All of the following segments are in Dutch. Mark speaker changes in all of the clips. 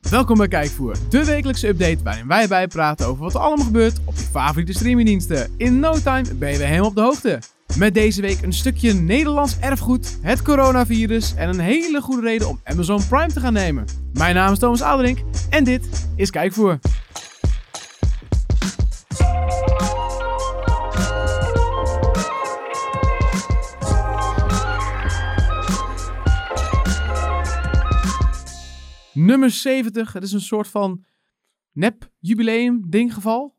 Speaker 1: Welkom bij Kijkvoer, de wekelijkse update waarin wij bijpraten over wat er allemaal gebeurt op je favoriete streamingdiensten. In no time ben je weer helemaal op de hoogte. Met deze week een stukje Nederlands erfgoed, het coronavirus en een hele goede reden om Amazon Prime te gaan nemen. Mijn naam is Thomas Aderink en dit is Kijkvoer. Nummer 70, het is een soort van nep jubileum ding geval.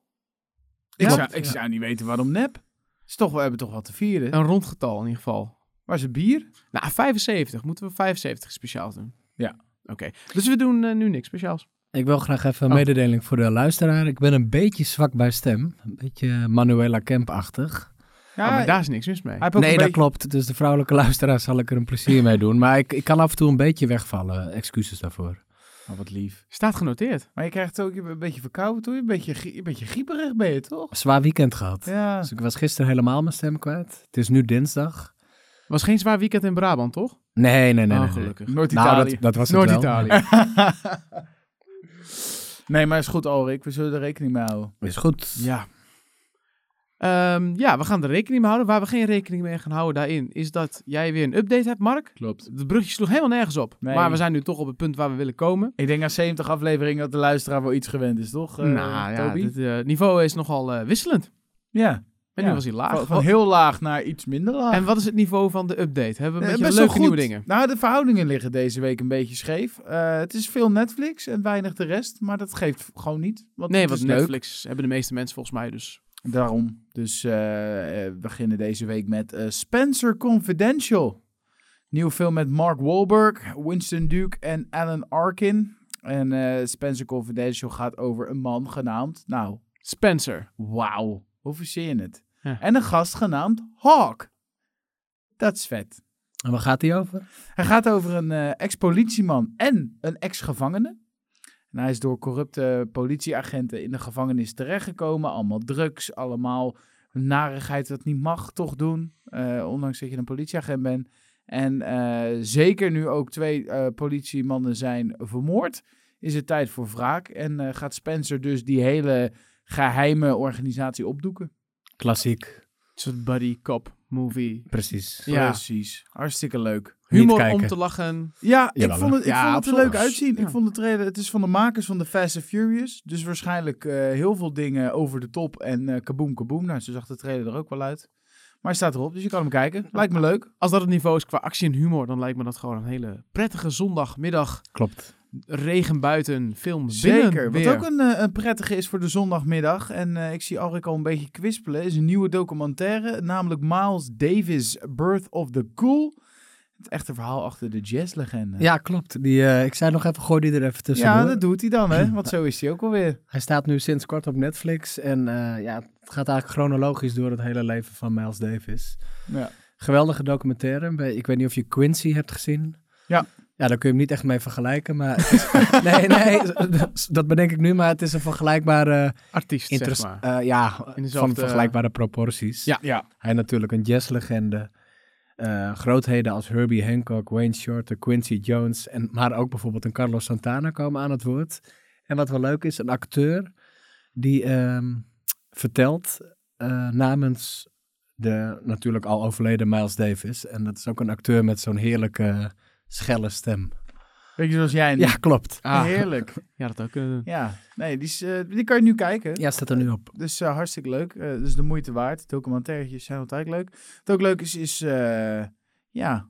Speaker 2: Ik,
Speaker 1: Ja.
Speaker 2: zou, ik zou niet weten waarom nep. Is toch, we hebben toch wat te vieren.
Speaker 1: Een rond getal in ieder geval.
Speaker 2: Waar is het bier?
Speaker 1: Nou, 75. Moeten we 75 speciaal doen?
Speaker 2: Ja.
Speaker 1: Oké. Dus we doen eh, nu niks speciaals.
Speaker 3: Ik wil graag even een
Speaker 1: Oh.
Speaker 3: mededeling voor de luisteraar. Ik ben een beetje zwak bij stem. Een beetje Manuela Kemp-achtig.
Speaker 2: Ja,
Speaker 1: oh, maar daar is niks mis mee.
Speaker 2: hij heeft ook
Speaker 3: Nee,
Speaker 2: een
Speaker 3: dat
Speaker 2: beetje-
Speaker 3: klopt. Dus de vrouwelijke luisteraar zal ik er een plezier mee doen. Maar ik, ik kan af en toe een beetje wegvallen. Excuses daarvoor.
Speaker 2: Oh, wat lief.
Speaker 1: Staat genoteerd.
Speaker 2: Maar je krijgt ook een beetje verkouden, toch? Een beetje, grie- een beetje grieperig ben je, toch?
Speaker 3: Zwaar weekend gehad.
Speaker 2: Ja.
Speaker 3: Dus ik was gisteren helemaal mijn stem kwijt. Het is nu dinsdag.
Speaker 1: Was geen zwaar weekend in Brabant, toch?
Speaker 3: Nee, nee, nee. nee,
Speaker 1: oh,
Speaker 3: nee.
Speaker 1: gelukkig.
Speaker 3: Nou,
Speaker 2: Noord-Italië.
Speaker 3: dat, dat was het wel.
Speaker 1: Noord-Italië.
Speaker 2: nee, maar is goed, Alrik. We zullen er rekening mee houden.
Speaker 3: Is goed.
Speaker 1: ja. Ehm, ja, we gaan er rekening mee houden. Waar we geen rekening mee gaan houden daarin, is dat jij weer een update hebt, Mark.
Speaker 2: Klopt.
Speaker 1: De brugje sloeg helemaal nergens op.
Speaker 2: Nee.
Speaker 1: Maar we zijn nu toch op het punt waar we willen komen.
Speaker 2: Ik denk na 70 afleveringen dat de luisteraar wel iets gewend is, toch? eh,
Speaker 1: nou ja,
Speaker 2: Toby?
Speaker 1: het niveau is nogal eh, wisselend.
Speaker 2: ja.
Speaker 1: En
Speaker 2: Ja.
Speaker 1: nu was hij laag. Oh,
Speaker 2: Van, van heel laag naar iets minder laag.
Speaker 1: Ah, En wat is het niveau van de update? Hebben we een
Speaker 2: Nee,
Speaker 1: beetje
Speaker 2: Eh, wel
Speaker 1: leuke nieuwe dingen?
Speaker 2: Nou, de verhoudingen liggen deze week een beetje scheef. Eh, het is veel Netflix en weinig de rest, maar dat geeft gewoon niet. Want
Speaker 1: Nee,
Speaker 2: het
Speaker 1: want
Speaker 2: is
Speaker 1: Netflix hebben de meeste mensen volgens mij dus.
Speaker 2: leuk. Daarom. Dus eh, eh, we beginnen deze week met eh, Spencer Confidential. Nieuw film met Mark Wahlberg, Winston Duke en Alan Arkin. En eh, Spencer Confidential gaat over een man genaamd, nou,
Speaker 1: Spencer.
Speaker 2: wauw, hoe verzeer je het?
Speaker 1: Ja.
Speaker 2: En een gast genaamd Hawk. Dat is vet.
Speaker 3: En waar gaat die over?
Speaker 2: Hij gaat over een eh, ex-politieman en een ex-gevangene. En hij is door corrupte politieagenten in de gevangenis terechtgekomen. Allemaal drugs, allemaal narigheid dat niet mag toch doen. eh, ondanks dat je een politieagent bent. En eh, zeker nu ook twee eh, politiemannen zijn vermoord, is het tijd voor wraak. En eh, gaat Spencer dus die hele geheime organisatie opdoeken.
Speaker 3: Klassiek.
Speaker 1: Een soort buddy cop movie.
Speaker 3: Precies.
Speaker 1: Ja.
Speaker 2: Precies. Hartstikke leuk.
Speaker 3: Niet
Speaker 1: Humor om
Speaker 3: kijken.
Speaker 1: te lachen.
Speaker 2: Ja,
Speaker 3: Jawel,
Speaker 2: ik vond het, ik
Speaker 1: Ja,
Speaker 2: vond het er
Speaker 1: absoluut.
Speaker 2: leuk uitzien.
Speaker 1: Ja.
Speaker 2: Ik vond de trailer, het is van de makers van de Fast and Furious. Dus waarschijnlijk eh, heel veel dingen over de top en eh kaboom kaboom. Nou, ze zag de trailer er ook wel uit. Maar hij staat erop, dus je kan hem kijken. Lijkt me leuk.
Speaker 1: Als dat het niveau is qua actie en humor, dan lijkt me dat gewoon een hele prettige zondagmiddag.
Speaker 3: Klopt.
Speaker 1: Regen buiten, film
Speaker 2: Zeker.
Speaker 1: binnen
Speaker 2: Wat
Speaker 1: weer.
Speaker 2: ook een, eh, een prettige is voor de zondagmiddag. En eh, ik zie Alrik al een beetje kwispelen. Is een nieuwe documentaire. Namelijk Miles Davis, Birth of the Cool. Het echte verhaal achter de jazzlegende.
Speaker 3: Ja, klopt. Die, eh, ik zei nog even, gooi die er even tussendoor.
Speaker 2: ja, dat doet hij dan, hè? Want zo is hij ook alweer.
Speaker 3: Hij staat nu sinds kort op Netflix en eh, ja, het gaat eigenlijk chronologisch door het hele leven van Miles Davis.
Speaker 2: Ja.
Speaker 3: Geweldige documentaire. Bij- Ik weet niet of je Quincy hebt gezien.
Speaker 2: Ja.
Speaker 3: Ja, daar kun je hem niet echt mee vergelijken, maar... het is- nee, nee, dat bedenk ik nu, maar het is een vergelijkbare...
Speaker 1: Artiest,
Speaker 3: interest-
Speaker 1: zeg maar.
Speaker 3: eh, ja, van
Speaker 1: dezelfde-
Speaker 3: vergelijkbare proporties.
Speaker 1: Ja.
Speaker 2: Ja.
Speaker 3: Hij natuurlijk een jazzlegende. Eh, grootheden als Herbie Hancock, Wayne Shorter, Quincy Jones, en, maar ook bijvoorbeeld een Carlos Santana komen aan het woord. En wat wel leuk is, een acteur die ehm, vertelt eh, namens de natuurlijk al overleden Miles Davis. En dat is ook een acteur met zo'n heerlijke schelle stem.
Speaker 2: Beetje zoals jij nu.
Speaker 3: Ja, klopt.
Speaker 1: Ah,
Speaker 2: Heerlijk.
Speaker 1: ja, dat ook kunnen doen.
Speaker 2: Ja, nee, die, is, eh, die kan je nu kijken.
Speaker 3: Ja, staat er nu op.
Speaker 2: Dus eh, hartstikke leuk. Eh, dus de moeite waard. Documentairetjes zijn altijd leuk. Wat ook leuk is, is eh, ja,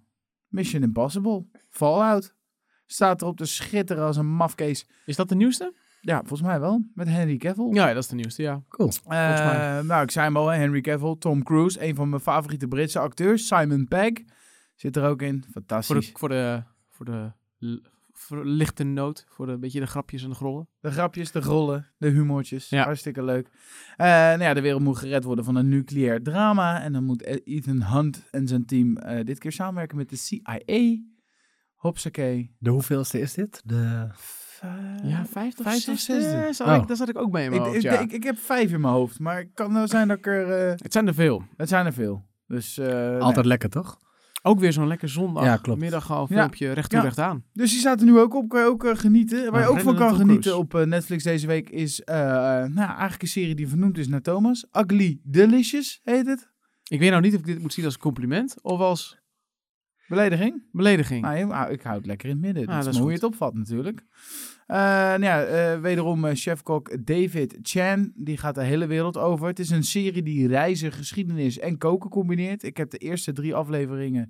Speaker 2: Mission Impossible. Fallout. Staat erop te schitteren als een mafkees.
Speaker 1: Is dat de nieuwste?
Speaker 2: Ja, volgens mij wel. Met Henry Cavill.
Speaker 1: Ja, ja, dat is de nieuwste, ja.
Speaker 3: Cool.
Speaker 1: volgens mij.
Speaker 2: Eh, nou, ik zei hem al, hè, Henry Cavill. Tom Cruise, een van mijn favoriete Britse acteurs. Simon Pegg zit er ook in.
Speaker 1: Voor de,
Speaker 2: Fantastisch.
Speaker 1: voor de, voor de, l- voor de lichte noot. Voor de beetje de grapjes en de grollen.
Speaker 2: De grapjes, de rollen, de humortjes.
Speaker 1: Ja.
Speaker 2: Hartstikke leuk. Eh, nou ja, de wereld moet gered worden van een nucleair drama. En dan moet eh, Ethan Hunt en zijn team eh, dit keer samenwerken met de CIA. Hopsakee.
Speaker 3: De hoeveelste is dit? De...
Speaker 1: Ja, Eh, vijfde of
Speaker 2: vijfde of
Speaker 1: zesde.
Speaker 2: zesde.
Speaker 1: Daar zat
Speaker 3: Oh.
Speaker 1: ik- Daar zat ik ook bij in
Speaker 2: Ik,
Speaker 1: mijn hoofd,
Speaker 2: ik,
Speaker 1: ja.
Speaker 2: ik, ik heb vijf in mijn hoofd, maar het kan wel zijn dat ik er... eh,
Speaker 1: Het zijn er veel.
Speaker 2: het zijn er veel. Dus, eh,
Speaker 3: Altijd lekker, toch?
Speaker 2: nee.
Speaker 1: Ook weer zo'n lekker zondag.
Speaker 3: Ja, klopt.
Speaker 1: Middaghaal
Speaker 2: Ja.
Speaker 1: filmpje, recht toe,
Speaker 2: Ja.
Speaker 1: recht aan.
Speaker 2: Dus die staat er nu ook op. Kan je ook eh, genieten. Waar
Speaker 1: Ja,
Speaker 2: je ook van
Speaker 1: Rennen
Speaker 2: kan
Speaker 1: naar Tom
Speaker 2: genieten
Speaker 1: Cruise.
Speaker 2: op eh, Netflix deze week is eh, nou, eigenlijk een serie die vernoemd is naar Thomas. Ugly Delicious heet het.
Speaker 1: Ik weet nou niet of ik dit moet zien als compliment of als
Speaker 2: Belediging.
Speaker 1: belediging.
Speaker 2: Nou, ja, ah, ik hou het lekker in het midden.
Speaker 1: Ah,
Speaker 2: dat, is
Speaker 1: dat
Speaker 2: maar
Speaker 1: is
Speaker 2: hoe je het opvat natuurlijk. Eh, nou ja, eh, wederom eh, chefkok David Chan. Die gaat de hele wereld over. Het is een serie die reizen, geschiedenis en koken combineert. Ik heb de eerste drie afleveringen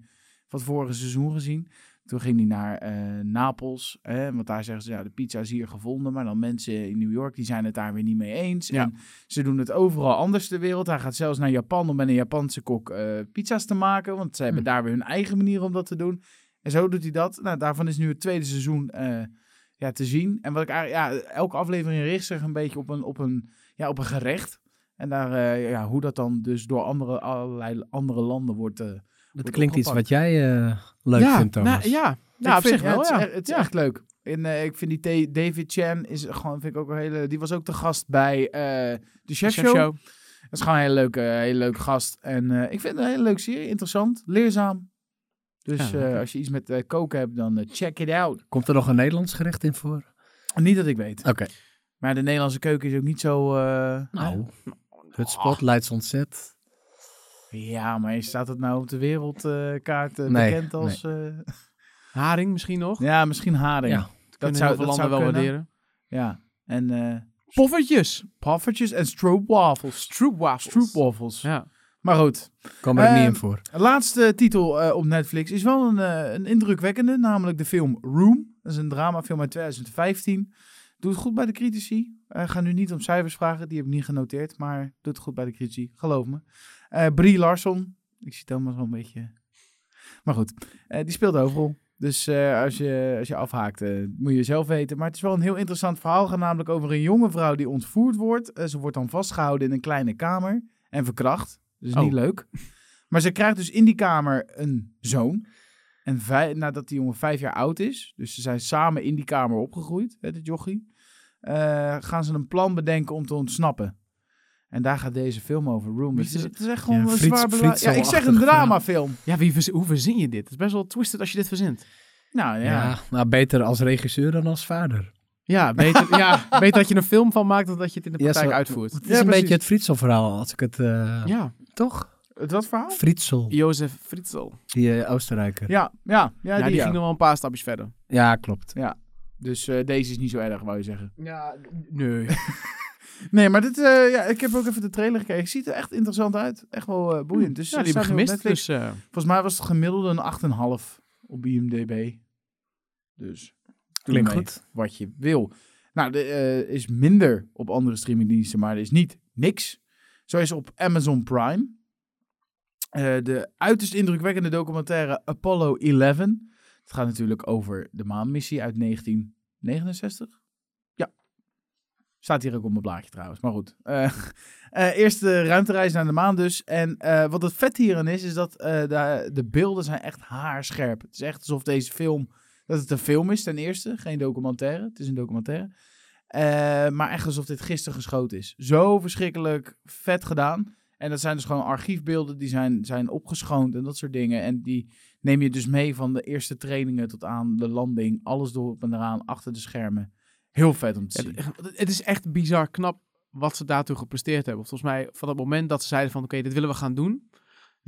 Speaker 2: van het vorige seizoen gezien. Toen ging hij naar eh, Napels. Hè, want daar zeggen ze, ja, de pizza is hier gevonden. Maar dan mensen in New York, die zijn het daar weer niet mee eens.
Speaker 1: Ja.
Speaker 2: En ze doen het overal anders ter wereld. Hij gaat zelfs naar Japan om met een Japanse kok eh, pizza's te maken. Want ze hebben
Speaker 1: Hm.
Speaker 2: daar weer hun eigen manier om dat te doen. En zo doet hij dat. Nou, daarvan is nu het tweede seizoen eh, ja, te zien. En wat ik eigenlijk, ja, elke aflevering richt zich een beetje op een, op een, ja, op een gerecht. En daar, eh, ja, hoe dat dan dus door andere, allerlei andere landen wordt. eh,
Speaker 3: Dat
Speaker 2: wordt
Speaker 3: klinkt iets
Speaker 2: opgepakt.
Speaker 3: wat jij eh, leuk
Speaker 1: ja,
Speaker 3: vindt, Thomas.
Speaker 1: nou, ja, ja
Speaker 2: Ik
Speaker 1: op
Speaker 2: vind-
Speaker 1: zich wel.
Speaker 2: Het,
Speaker 1: Ja.
Speaker 2: is, echt, het is
Speaker 1: Ja.
Speaker 2: echt leuk. En eh, ik vind die T- David Chan is gewoon, vind ik ook een hele. Die was ook de gast bij eh, de Chef, Show.
Speaker 1: Chefshow.
Speaker 2: Dat is gewoon een hele leuke, hele leuke gast. En eh, ik vind het een hele leuke serie. Interessant, leerzaam. Dus
Speaker 1: Ja,
Speaker 2: eh,
Speaker 1: lekker.
Speaker 2: als je iets met eh, koken hebt, dan eh, check it out.
Speaker 3: Komt er nog een Nederlands gerecht in voor?
Speaker 2: Niet dat ik weet.
Speaker 3: Oké.
Speaker 2: Maar de Nederlandse keuken is ook niet zo. eh,
Speaker 3: Nou, het spot leidt ontzet.
Speaker 2: Ja, maar staat het nou op de wereldkaart eh,
Speaker 3: Nee,
Speaker 2: bekend als. eh,
Speaker 1: Haring misschien nog.
Speaker 2: ja, misschien haring.
Speaker 3: Ja.
Speaker 1: dat
Speaker 2: zou-
Speaker 1: zou veel
Speaker 2: dat
Speaker 1: landen
Speaker 2: zou
Speaker 1: wel
Speaker 2: kunnen.
Speaker 1: waarderen.
Speaker 2: Ja. En eh
Speaker 1: Poffertjes.
Speaker 2: poffertjes en stroopwafels.
Speaker 1: Stroopwafels.
Speaker 2: Stroopwafels.
Speaker 1: Ja.
Speaker 2: Maar goed,
Speaker 3: Komen er
Speaker 2: Eh,
Speaker 3: niet in voor.
Speaker 2: een laatste titel eh, op Netflix is wel een, eh, een indrukwekkende, namelijk de film Room. Dat is een dramafilm uit 2015. Doet het goed bij de critici. Eh ga nu niet om cijfers vragen, die heb ik niet genoteerd, maar doet het goed bij de critici, geloof me. Eh Brie Larson, ik zie Thomas wel een beetje... Maar goed, eh, die speelt overal. Dus eh, als, je, als je afhaakt, eh, moet je zelf weten. Maar het is wel een heel interessant verhaal, gaat namelijk over een jonge vrouw die ontvoerd wordt. Eh, ze wordt dan vastgehouden in een kleine kamer en verkracht. Dus
Speaker 1: Oh.
Speaker 2: niet leuk. Maar ze krijgt dus in die kamer een zoon. En vij- nadat die jongen vijf jaar oud is, dus ze zijn samen in die kamer opgegroeid, hè, de jochie, eh, gaan ze een plan bedenken om te ontsnappen. En daar gaat deze film over, Room.
Speaker 1: Wie
Speaker 2: Het is,
Speaker 1: is het?
Speaker 2: het is echt gewoon
Speaker 3: Ja,
Speaker 2: een
Speaker 3: Fritz-
Speaker 2: zwaar bela- Ja, ik zeg een
Speaker 3: Fritzelachtig,
Speaker 2: dramafilm.
Speaker 1: Ja, wie verzi- hoe verzin je dit? Het is best wel twisted als je dit verzint.
Speaker 2: Nou ja.
Speaker 3: Ja, nou beter als regisseur dan als vader.
Speaker 1: Ja, beter, ja, beter dat je er een film van maakt dan dat je het in de
Speaker 3: Ja,
Speaker 1: praktijk
Speaker 3: zo-
Speaker 1: uitvoert.
Speaker 3: Het is
Speaker 2: Ja,
Speaker 3: een
Speaker 2: precies.
Speaker 3: beetje het Frietsel-verhaal, als ik het... eh,
Speaker 1: Ja,
Speaker 3: Toch?
Speaker 2: Het wat verhaal?
Speaker 3: Frietsel,
Speaker 1: Jozef Fritzl.
Speaker 3: die eh, Oostenrijker. Ja,
Speaker 2: Ja, ja, ja,
Speaker 1: Ja,
Speaker 2: die,
Speaker 1: die
Speaker 2: ja.
Speaker 1: ging nog wel een paar stapjes verder.
Speaker 3: klopt.
Speaker 2: Dus eh, deze is niet zo erg, wou je zeggen.
Speaker 1: Ja, nee.
Speaker 2: Nee, maar dit, eh, ja, ik heb ook even de trailer gekeken. Ziet er echt interessant uit. Echt wel eh, boeiend. Dus,
Speaker 1: Ja,
Speaker 2: eh,
Speaker 1: die heb
Speaker 2: staat
Speaker 1: ik
Speaker 2: nu op
Speaker 1: gemist.
Speaker 2: Netflix.
Speaker 1: Dus, eh,
Speaker 2: Volgens mij was het gemiddelde een 8,5 op IMDb. Dus doe
Speaker 3: Klinkt
Speaker 2: ermee
Speaker 3: goed.
Speaker 2: Wat je wil. Nou, er is minder op andere streamingdiensten, maar er is niet niks. Zo is op Amazon Prime eh, de uiterst indrukwekkende documentaire Apollo 11. Het gaat natuurlijk over de maanmissie uit 1969. Ja. Staat hier ook op mijn blaadje trouwens, maar goed. Eh eh, eerste ruimtereis naar de maan dus. En eh, wat het vet hierin is, is dat eh, de, de beelden zijn echt haarscherp. Het is echt alsof deze film, dat het een film is ten eerste. Geen documentaire, het is een documentaire. Eh, maar echt alsof dit gisteren geschoten is. Zo verschrikkelijk vet gedaan. En dat zijn dus gewoon archiefbeelden die zijn, zijn opgeschoond en dat soort dingen. En die neem je dus mee van de eerste trainingen tot aan de landing. Alles door op en eraan, achter de schermen. Heel vet om te zien.
Speaker 1: het, het is echt bizar knap wat ze daartoe gepresteerd hebben. Volgens mij van het moment dat ze zeiden van oké, dit willen we gaan doen.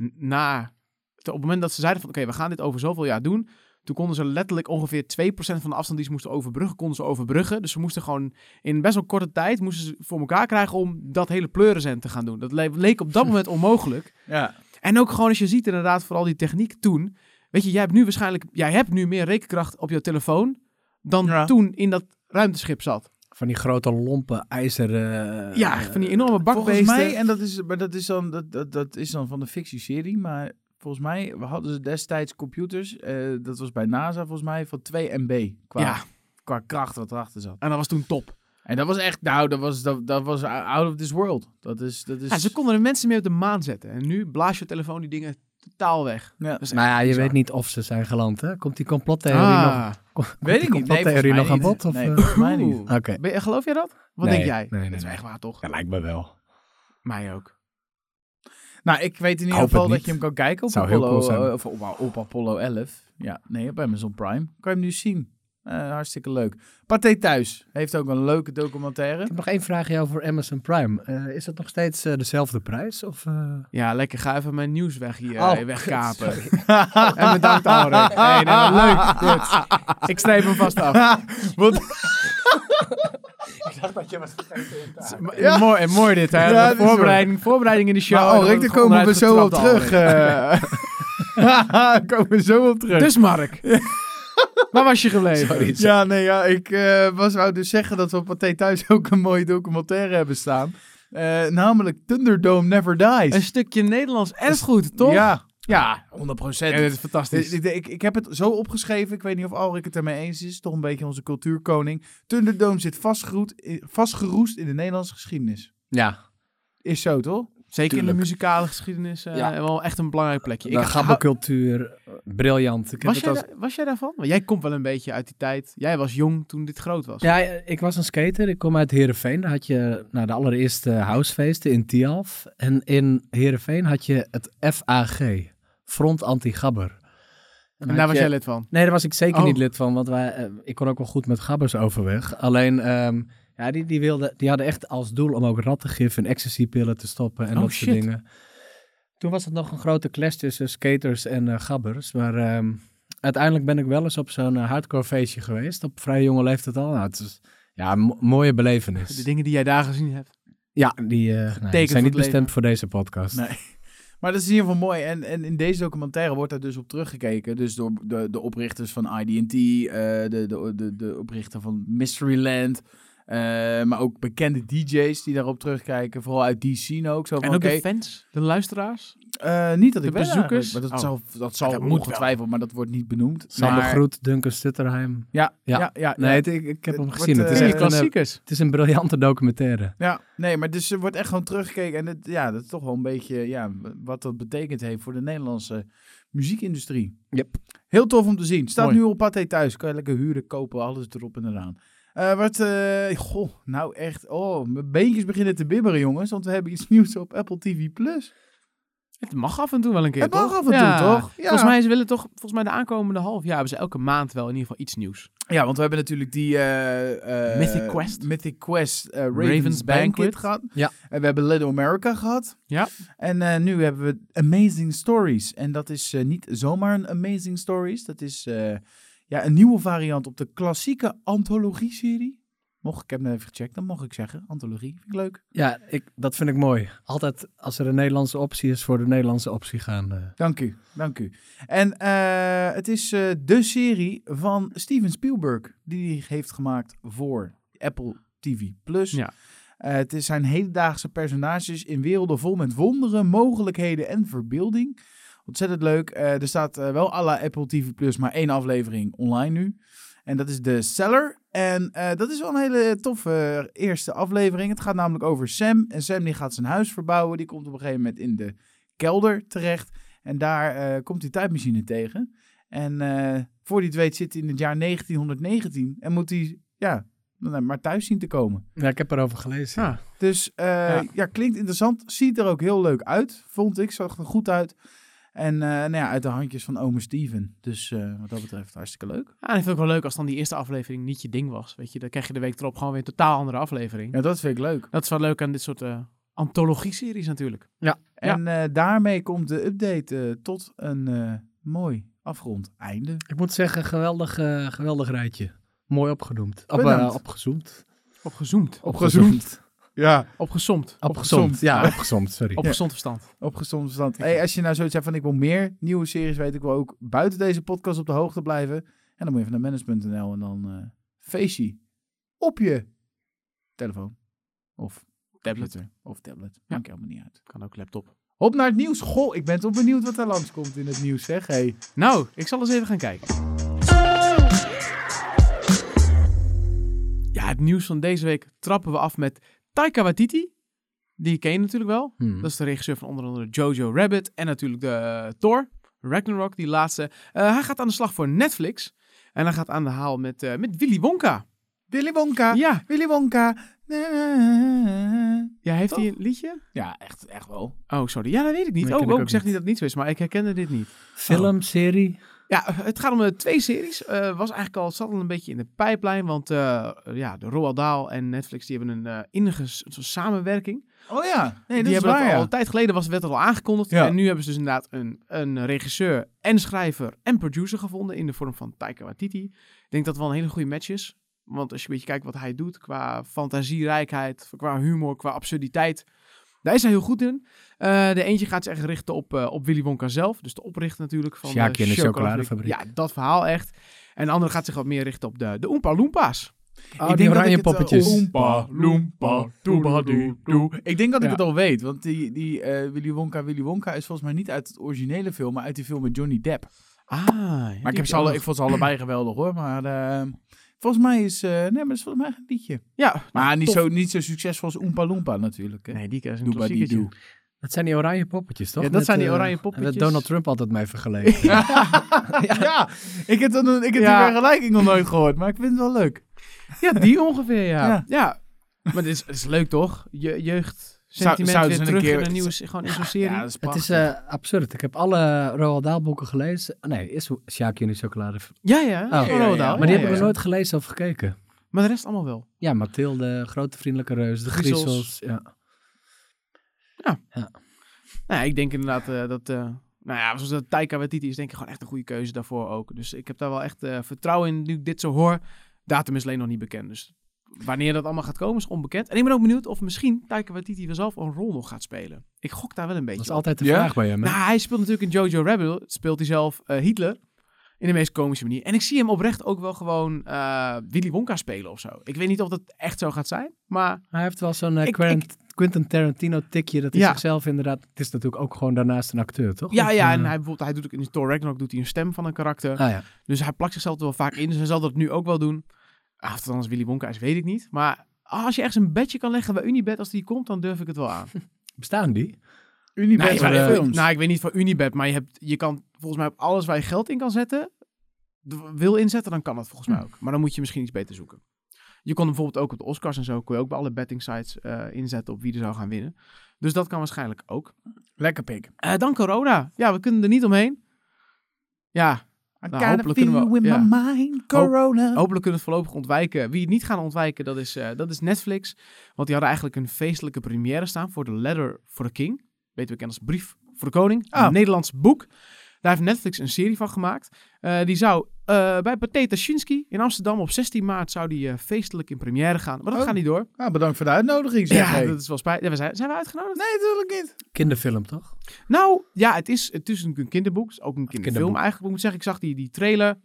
Speaker 1: n- Na, te- op het moment dat ze zeiden van oké, we gaan dit over zoveel jaar doen. Toen konden ze letterlijk ongeveer 2% van de afstand die ze moesten overbruggen, konden ze overbruggen. Dus ze moesten gewoon in best wel korte tijd moesten ze voor elkaar krijgen om dat hele pleurenzen te gaan doen. Dat le- leek op dat moment onmogelijk.
Speaker 2: Ja,
Speaker 1: En ook gewoon als je ziet inderdaad vooral die techniek toen. Weet je, jij hebt nu waarschijnlijk, jij hebt nu meer rekenkracht op jouw telefoon dan
Speaker 2: Ja.
Speaker 1: toen in dat ruimteschip zat.
Speaker 3: Van die grote lompen, ijzeren...
Speaker 1: ja,
Speaker 3: eh,
Speaker 1: van die enorme bakbeesten.
Speaker 2: Volgens mij, en dat is, maar dat, is dan, dat, dat, dat is dan van de fictieserie, maar volgens mij we hadden ze destijds computers, eh, dat was bij NASA volgens mij, van 2 MB qua,
Speaker 1: Ja,
Speaker 2: qua kracht wat erachter zat.
Speaker 1: en dat was toen top.
Speaker 2: En dat was echt, nou, dat was, dat, dat was out of this world. Dat is, dat is,
Speaker 1: Ja, ze konden de mensen mee op de maan zetten. En nu blaas je telefoon die dingen totaal weg.
Speaker 2: Ja.
Speaker 1: Dat is
Speaker 3: Nou ja, je
Speaker 1: bizar.
Speaker 3: weet niet of ze zijn geland, hè? Komt die complottheorie nog...
Speaker 1: Ah.
Speaker 3: komt die
Speaker 2: weet ik niet. Nee, volgens
Speaker 3: complottheorie
Speaker 2: mij
Speaker 3: nog aan
Speaker 2: niet.
Speaker 3: bod? Of,
Speaker 2: Nee,
Speaker 3: eh?
Speaker 2: volgens mij niet.
Speaker 1: Oeh.
Speaker 3: Oké.
Speaker 1: Ben je- Geloof jij dat? Wat
Speaker 3: Nee,
Speaker 1: denk jij?
Speaker 3: nee, nee,
Speaker 1: dat is
Speaker 3: nee.
Speaker 1: echt waar, toch?
Speaker 3: lijkt me wel.
Speaker 1: Mij ook.
Speaker 2: Nou, ik weet in ieder
Speaker 3: hoop
Speaker 2: geval
Speaker 3: het
Speaker 2: dat
Speaker 3: niet.
Speaker 2: je hem kan kijken op,
Speaker 3: Zou heel
Speaker 2: Apollo,
Speaker 3: cool zijn.
Speaker 2: eh, of op, op Apollo 11. Ja, nee, op Amazon Prime. Kan je hem nu zien. Eh, hartstikke leuk. Pathé Thuis heeft ook een leuke documentaire.
Speaker 3: Ik heb nog één vraagje over Amazon Prime. Eh, is dat nog steeds eh, dezelfde prijs? Of, eh?
Speaker 1: Ja, lekker. Ga even mijn nieuws weg hier
Speaker 3: Oh,
Speaker 1: eh, wegkapen.
Speaker 3: sorry.
Speaker 1: En bedankt, Alrik. Hey, nee, maar leuk. Dit. Ik streep hem vast af.
Speaker 3: Ik dacht dat je was vergeten.
Speaker 2: Ja.
Speaker 1: Mooi, mooi dit, hè?
Speaker 2: Ja,
Speaker 1: De
Speaker 2: dit is
Speaker 1: voorbereiding, voorbereiding in de show.
Speaker 2: Maar
Speaker 1: En
Speaker 2: oh,
Speaker 1: dan
Speaker 2: Rick, daar
Speaker 1: wordt
Speaker 2: komen we
Speaker 1: het
Speaker 2: zo
Speaker 1: gewoon
Speaker 2: op terug.
Speaker 1: eruit getrapt,
Speaker 2: eh. Daar komen we zo op terug.
Speaker 1: Alrik. Dus, Mark. Waar was je gebleven?
Speaker 3: Sorry.
Speaker 2: ja, nee, ja, ik eh, was, wou dus zeggen dat we op Pathé Thuis ook een mooie documentaire hebben staan. Eh, namelijk Thunderdome Never Dies.
Speaker 1: Een stukje Nederlands erfgoed, toch?
Speaker 2: Ja,
Speaker 1: Ja,
Speaker 2: procent.
Speaker 1: Ja, dit is fantastisch.
Speaker 2: Ik, ik, ik heb het zo opgeschreven. Ik weet niet of Alrik het ermee eens is. Toch een beetje onze cultuurkoning. Thunderdome zit vastgeroet, eh, vastgeroest in de Nederlandse geschiedenis.
Speaker 3: Ja,
Speaker 2: Is zo, toch?
Speaker 1: Zeker in
Speaker 3: Tuurlijk.
Speaker 1: de muzikale geschiedenis. eh,
Speaker 3: Ja.
Speaker 1: Wel echt een belangrijk plekje.
Speaker 3: de
Speaker 1: hou-
Speaker 3: Nou, gabbercultuur. eh, Briljant. Ik heb
Speaker 1: was,
Speaker 3: het
Speaker 1: jij
Speaker 3: als-
Speaker 1: daar- was jij daarvan? Want jij komt wel een beetje uit die tijd. Jij was jong toen dit groot was.
Speaker 3: Ja, eh, ik was een skater. Ik kom uit Heerenveen. Daar had je nou, de allereerste housefeesten in Tialf. En in Heerenveen had je het FAG. Front Anti-Gabber. En
Speaker 1: en
Speaker 3: had
Speaker 1: daar was
Speaker 3: je-
Speaker 1: jij lid van.
Speaker 3: Nee, daar was ik zeker
Speaker 1: Oh.
Speaker 3: niet lid van, want wij, eh, ik kon ook wel goed met gabbers overweg. Alleen, ehm, ja, die, die, wilden, die hadden echt als doel om ook rattengif en ecstasypillen te stoppen en
Speaker 1: Oh,
Speaker 3: dat
Speaker 1: shit.
Speaker 3: soort dingen. Toen was het nog een grote clash tussen skaters en eh, gabbers. Maar ehm, uiteindelijk ben ik wel eens op zo'n eh, hardcore feestje geweest, op vrij jonge leeftijd al. Nou, het is, ja, een mo- mooie belevenis.
Speaker 1: De dingen die jij daar gezien hebt.
Speaker 3: ja, die, eh, nou, die
Speaker 1: voor
Speaker 3: zijn
Speaker 1: het
Speaker 3: niet
Speaker 1: leven.
Speaker 3: bestemd voor deze podcast.
Speaker 2: Nee. Maar dat is in ieder geval mooi. En, en in deze documentaire wordt daar dus op teruggekeken. Dus door de, de oprichters van ID&T, eh, de, de, de, de oprichter van Mysteryland. eh, maar ook bekende DJ's die daarop terugkijken. Vooral uit die scene ook. Zo van,
Speaker 1: en ook
Speaker 2: oké,
Speaker 1: de fans, de luisteraars.
Speaker 2: eh, niet dat
Speaker 1: de
Speaker 2: ik ben
Speaker 1: bezoekers?
Speaker 2: eigenlijk, Maar dat
Speaker 1: Oh.
Speaker 2: zal, dat zal
Speaker 1: Dat moet wel.
Speaker 2: ongetwijfeld, maar dat wordt niet benoemd.
Speaker 3: Sander
Speaker 2: Maar-
Speaker 3: Groet, Duncan Stutterheim.
Speaker 2: Ja, ja,
Speaker 3: Ja.
Speaker 2: ja. ja.
Speaker 3: Nee, het- ik, ik heb
Speaker 2: Het
Speaker 3: hem
Speaker 2: wordt,
Speaker 3: gezien. het, is
Speaker 2: eh,
Speaker 1: Zijn
Speaker 3: echt
Speaker 1: de
Speaker 3: een, eh,
Speaker 1: klassiekers.
Speaker 3: het is een briljante documentaire.
Speaker 2: Ja, nee, maar dus er wordt echt gewoon teruggekeken. En het, ja, dat is toch wel een beetje ja, wat dat betekend heeft voor de Nederlandse muziekindustrie.
Speaker 3: Yep.
Speaker 2: Heel tof om te zien. Staat
Speaker 1: Mooi.
Speaker 2: nu op Pathé thuis. Kan je lekker huren, kopen, alles erop en eraan. Eh wat, eh, goh, nou echt, oh, mijn beentjes beginnen te bibberen jongens, want we hebben iets nieuws op Apple TV+. Plus.
Speaker 1: Het mag af en toe wel een keer,
Speaker 2: Het mag
Speaker 1: toch?
Speaker 2: af en toe, toch? Ja.
Speaker 1: Volgens mij ze willen toch, volgens mij de aankomende half jaar hebben ze elke maand wel in ieder geval iets nieuws.
Speaker 2: Ja, want we hebben natuurlijk die... eh, eh,
Speaker 1: Mythic Quest.
Speaker 2: Mythic Quest, eh, Raven's,
Speaker 1: Raven's
Speaker 2: Banquet,
Speaker 1: Banquet.
Speaker 2: gehad.
Speaker 3: Ja.
Speaker 2: En we hebben Little America gehad.
Speaker 1: Ja.
Speaker 2: En eh, nu hebben we Amazing Stories. En dat is eh, niet zomaar een Amazing Stories. Dat is eh, ja, een nieuwe variant op de klassieke antologie-serie. Mocht ik heb net even gecheckt, dan mocht ik zeggen. Antologie, vind ik leuk.
Speaker 3: Ja, ik, dat vind ik mooi. Altijd als er een Nederlandse optie is, voor de Nederlandse optie gaan. eh.
Speaker 2: Dank u, dank u. En eh, het is eh, de serie van Steven Spielberg, die hij heeft gemaakt voor Apple TV+. Plus. Eh,
Speaker 1: Ja.
Speaker 2: het is- zijn hedendaagse personages in werelden vol met wonderen, mogelijkheden en verbeelding. Ontzettend leuk. Eh, er staat eh, wel à la Apple TV+, Plus, maar één aflevering online nu. En dat is de Seller. En eh, dat is wel een hele toffe eh, eerste aflevering. Het gaat namelijk over Sam. En Sam die gaat zijn huis verbouwen. Die komt op een gegeven moment in de kelder terecht. En daar eh, komt die tijdmachine tegen. En eh, voor die het weet zit hij in het jaar 1919. En moet hij ja, nou, maar thuis zien te komen.
Speaker 3: Ja, ik heb erover gelezen.
Speaker 1: Ah.
Speaker 2: Dus eh,
Speaker 1: Ja.
Speaker 2: ja. klinkt interessant. Ziet er ook heel leuk uit, vond ik. Zag er goed uit. En eh, nou ja, uit de handjes van ome Steven. Dus eh, wat dat betreft hartstikke leuk.
Speaker 1: Ja, en ik vind ik wel leuk als dan die eerste aflevering niet je ding was. Weet je, dan krijg je de week erop gewoon weer een totaal andere aflevering.
Speaker 2: Ja, dat vind ik leuk.
Speaker 1: Dat is wel leuk aan dit soort eh antologie-series natuurlijk. Ja.
Speaker 2: En eh, daarmee komt de update eh, tot een eh, mooi afgerond einde.
Speaker 3: Ik moet zeggen, geweldig, eh, geweldig rijtje. Mooi opgedoemd. Op,
Speaker 2: Bedankt.
Speaker 3: eh, opgezoomd.
Speaker 1: Opgezoomd.
Speaker 2: Opgezoomd. Ja,
Speaker 1: Opgesomd.
Speaker 3: Opgezomd. Ja, opgezomd, sorry.
Speaker 1: Op gezond verstand.
Speaker 2: op gezond verstand. Hey, als je nou zoiets hebt van ik wil meer nieuwe series weten, ik wil ook buiten deze podcast op de hoogte blijven. En dan moet je even naar management.nl en dan eh feestje op je telefoon of
Speaker 1: Tablet.
Speaker 2: computer of tablet. Maakt helemaal niet uit.
Speaker 1: Kan ook laptop.
Speaker 2: Op naar het nieuws. Goh, ik ben toch benieuwd wat er langskomt in het nieuws, zeg. Hey.
Speaker 1: Nou, ik zal eens even gaan kijken. Ja, het nieuws van deze week trappen we af met Taika Waititi. Die ken je natuurlijk wel.
Speaker 3: Hmm.
Speaker 1: Dat is de regisseur van onder andere Jojo Rabbit en natuurlijk de eh, Thor, Ragnarok, die laatste. Eh, hij gaat aan de slag voor Netflix en hij gaat aan de haal met, eh, met Willy Wonka.
Speaker 3: Ah,
Speaker 2: Willy Wonka.
Speaker 1: Ja,
Speaker 2: Willy Wonka. Na, na, na, na.
Speaker 1: Ja, heeft hij
Speaker 2: Toch?
Speaker 1: een liedje?
Speaker 2: Ja, echt, echt wel.
Speaker 1: Oh, sorry. Ja, dat weet ik niet.
Speaker 3: Nee,
Speaker 1: oh,
Speaker 3: ken ik
Speaker 1: oh, ik
Speaker 3: ook
Speaker 1: zeg
Speaker 3: niet.
Speaker 1: niet dat het niet zo is, maar ik herkende dit niet.
Speaker 3: Film, serie.
Speaker 1: Ja, het gaat om eh, twee series. Eh, was eigenlijk al, zat al een beetje in de pijplijn, want eh, ja, de Roald Dahl en Netflix die hebben een eh innige s- soort samenwerking.
Speaker 2: Oh ja, nee, dat
Speaker 1: die
Speaker 2: is
Speaker 1: hebben
Speaker 2: waar,
Speaker 1: dat al
Speaker 2: ja.
Speaker 1: een tijd geleden was, werd dat al aangekondigd.
Speaker 2: Ja.
Speaker 1: En nu hebben ze dus inderdaad een, een regisseur en schrijver en producer gevonden in de vorm van Taika Waititi. Ik denk dat het wel een hele goede match is. Want als je een beetje kijkt wat hij doet qua fantasierijkheid, qua humor, qua absurditeit. Daar is hij heel goed in. Eh, de eentje gaat zich echt richten op, eh, op Willy Wonka zelf. Dus de oprichter natuurlijk van
Speaker 3: Sjaakje in de
Speaker 1: chocoladefabriek. Ja, dat verhaal echt. En de andere gaat zich wat meer richten op de, de Oompa Loompa's.
Speaker 3: Oh, die oranje
Speaker 2: het, eh,
Speaker 3: poppetjes.
Speaker 2: Oompa, loempa, toebadi, doe. Ik denk dat ik
Speaker 3: Ja.
Speaker 2: het al weet, want die, die eh, Willy Wonka, Willy Wonka is volgens mij niet uit het originele film, maar uit die film met Johnny Depp.
Speaker 1: Ah,
Speaker 2: Maar ik, heb ze alle, ik vond ze allebei geweldig hoor, maar eh, volgens mij is, eh, nee, maar dat is volgens mij een liedje.
Speaker 1: Ja,
Speaker 2: Maar niet
Speaker 1: tof.
Speaker 2: zo, niet zo succesvol als Oompa Loompa natuurlijk. Hè?
Speaker 1: Nee, die is een
Speaker 2: doe maar die
Speaker 1: klassiekertje.
Speaker 2: doe.
Speaker 3: Dat zijn die oranje poppetjes, toch?
Speaker 1: Ja, dat zijn die
Speaker 3: eh,
Speaker 1: oranje poppetjes.
Speaker 3: Daar werd Donald Trump altijd mee vergeleken.
Speaker 2: Ja, ik heb, dat, ik heb
Speaker 1: Ja.
Speaker 2: die vergelijking nog nooit gehoord, maar ik vind het wel leuk.
Speaker 1: Ja, die ongeveer, ja. ja.
Speaker 2: Ja.
Speaker 1: Maar het is, het is leuk, toch? Je, jeugd,
Speaker 2: Zou-
Speaker 1: sentiment
Speaker 2: zouden
Speaker 1: weer
Speaker 2: ze een
Speaker 1: terug
Speaker 2: keer- Ah,
Speaker 1: in een nieuwe, se- gewoon in zo'n serie.
Speaker 2: Ja, dat is
Speaker 3: het is
Speaker 2: prachtig.
Speaker 3: eh, absurd. Ik heb alle Roald Dahl boeken gelezen. Oh, Nee, is Sjaakje in de chocolade.
Speaker 1: Ja, ja.
Speaker 3: Oh.
Speaker 1: van
Speaker 2: Ja,
Speaker 1: Roald
Speaker 2: ja,
Speaker 1: Dahl.
Speaker 3: Maar die
Speaker 1: Ja,
Speaker 3: heb ik
Speaker 1: ja.
Speaker 3: nog nooit gelezen of gekeken.
Speaker 1: Maar de rest allemaal wel.
Speaker 3: Ja, Mathilde, Grote Vriendelijke Reus, De
Speaker 1: Griezels.
Speaker 3: Griezels. ja.
Speaker 1: Nou, ja, ik denk inderdaad eh, dat... eh, nou ja, zoals dat Taika Waititi is denk ik gewoon echt een goede keuze daarvoor ook. Dus ik heb daar wel echt eh, vertrouwen in nu ik dit zo hoor. Datum is alleen nog niet bekend, dus... Wanneer dat allemaal gaat komen is onbekend. En ik ben ook benieuwd of misschien Taika Waititi wel zelf een rol nog gaat spelen. Ik gok daar wel een beetje
Speaker 3: Dat is
Speaker 1: op.
Speaker 3: altijd de
Speaker 2: Ja?
Speaker 3: vraag bij hem. hè?
Speaker 1: Nou, hij speelt natuurlijk in Jojo Rabbit, speelt hij zelf eh, Hitler. In de meest komische manier. En ik zie hem oprecht ook wel gewoon eh, Willy Wonka spelen of zo. Ik weet niet of dat echt zo gaat zijn, maar
Speaker 3: Hij heeft wel zo'n eh,
Speaker 1: Ik-
Speaker 3: Quent- Quentin Tarantino tikje. Dat is
Speaker 1: Ja.
Speaker 3: zichzelf inderdaad. Het is natuurlijk ook gewoon daarnaast een acteur, toch?
Speaker 1: ja,
Speaker 3: Of,
Speaker 1: ja.
Speaker 3: eh,
Speaker 1: En hij, bijvoorbeeld, hij doet ook in Thor Ragnarok doet hij een stem van een karakter.
Speaker 3: Ah, ja.
Speaker 1: Dus hij plakt zichzelf er wel vaak in. Dus hij zal dat nu ook wel doen. Ah, of het anders Willy Wonka is, weet ik niet. Maar als je ergens een bedje kan leggen bij Unibed, als die komt, dan durf ik het wel aan.
Speaker 3: Bestaan die?
Speaker 2: Unibet
Speaker 1: Nee,
Speaker 2: voor
Speaker 1: maar,
Speaker 2: de
Speaker 1: eh,
Speaker 2: films.
Speaker 1: nou, ik weet niet van Unibet, maar je, hebt, je kan volgens mij op alles waar je geld in kan zetten, d- wil inzetten, dan kan dat volgens
Speaker 2: Hm.
Speaker 1: mij ook. Maar dan moet je misschien iets beter zoeken. Je kon hem bijvoorbeeld ook op de Oscars en zo, kon je ook bij alle betting sites eh, inzetten op wie er zou gaan winnen. Dus dat kan waarschijnlijk ook.
Speaker 2: Lekker pik.
Speaker 1: Eh, dan corona. Ja, we kunnen er niet omheen. Ja,
Speaker 2: I
Speaker 1: Nou, hopelijk kunnen we- ja.
Speaker 2: mind, corona.
Speaker 1: hopelijk kunnen we het voorlopig ontwijken. Wie het niet gaan ontwijken, dat is, eh, dat is Netflix. Want die hadden eigenlijk een feestelijke première staan voor The Letter for the King. Beter bekend als Brief voor de Koning.
Speaker 2: Ah.
Speaker 1: Een Nederlands boek. Daar heeft Netflix een serie van gemaakt. Eh, die zou eh, bij Pathé Tashinsky in Amsterdam op 16 maart zou die eh, feestelijk in première gaan. Maar dat
Speaker 2: Oh.
Speaker 1: gaat niet door.
Speaker 2: Nou, bedankt voor de uitnodiging. Zeg.
Speaker 1: Ja,
Speaker 2: hey.
Speaker 1: dat is wel spijt. Ja, we zijn, zijn we uitgenodigd?
Speaker 2: Nee, natuurlijk niet.
Speaker 3: Kinderfilm, toch?
Speaker 1: Nou, ja, het is, het is een kinderboek. Het is ook een kinderfilm
Speaker 3: kinderboek.
Speaker 1: eigenlijk. Ik moet zeggen, ik zag die, die trailer.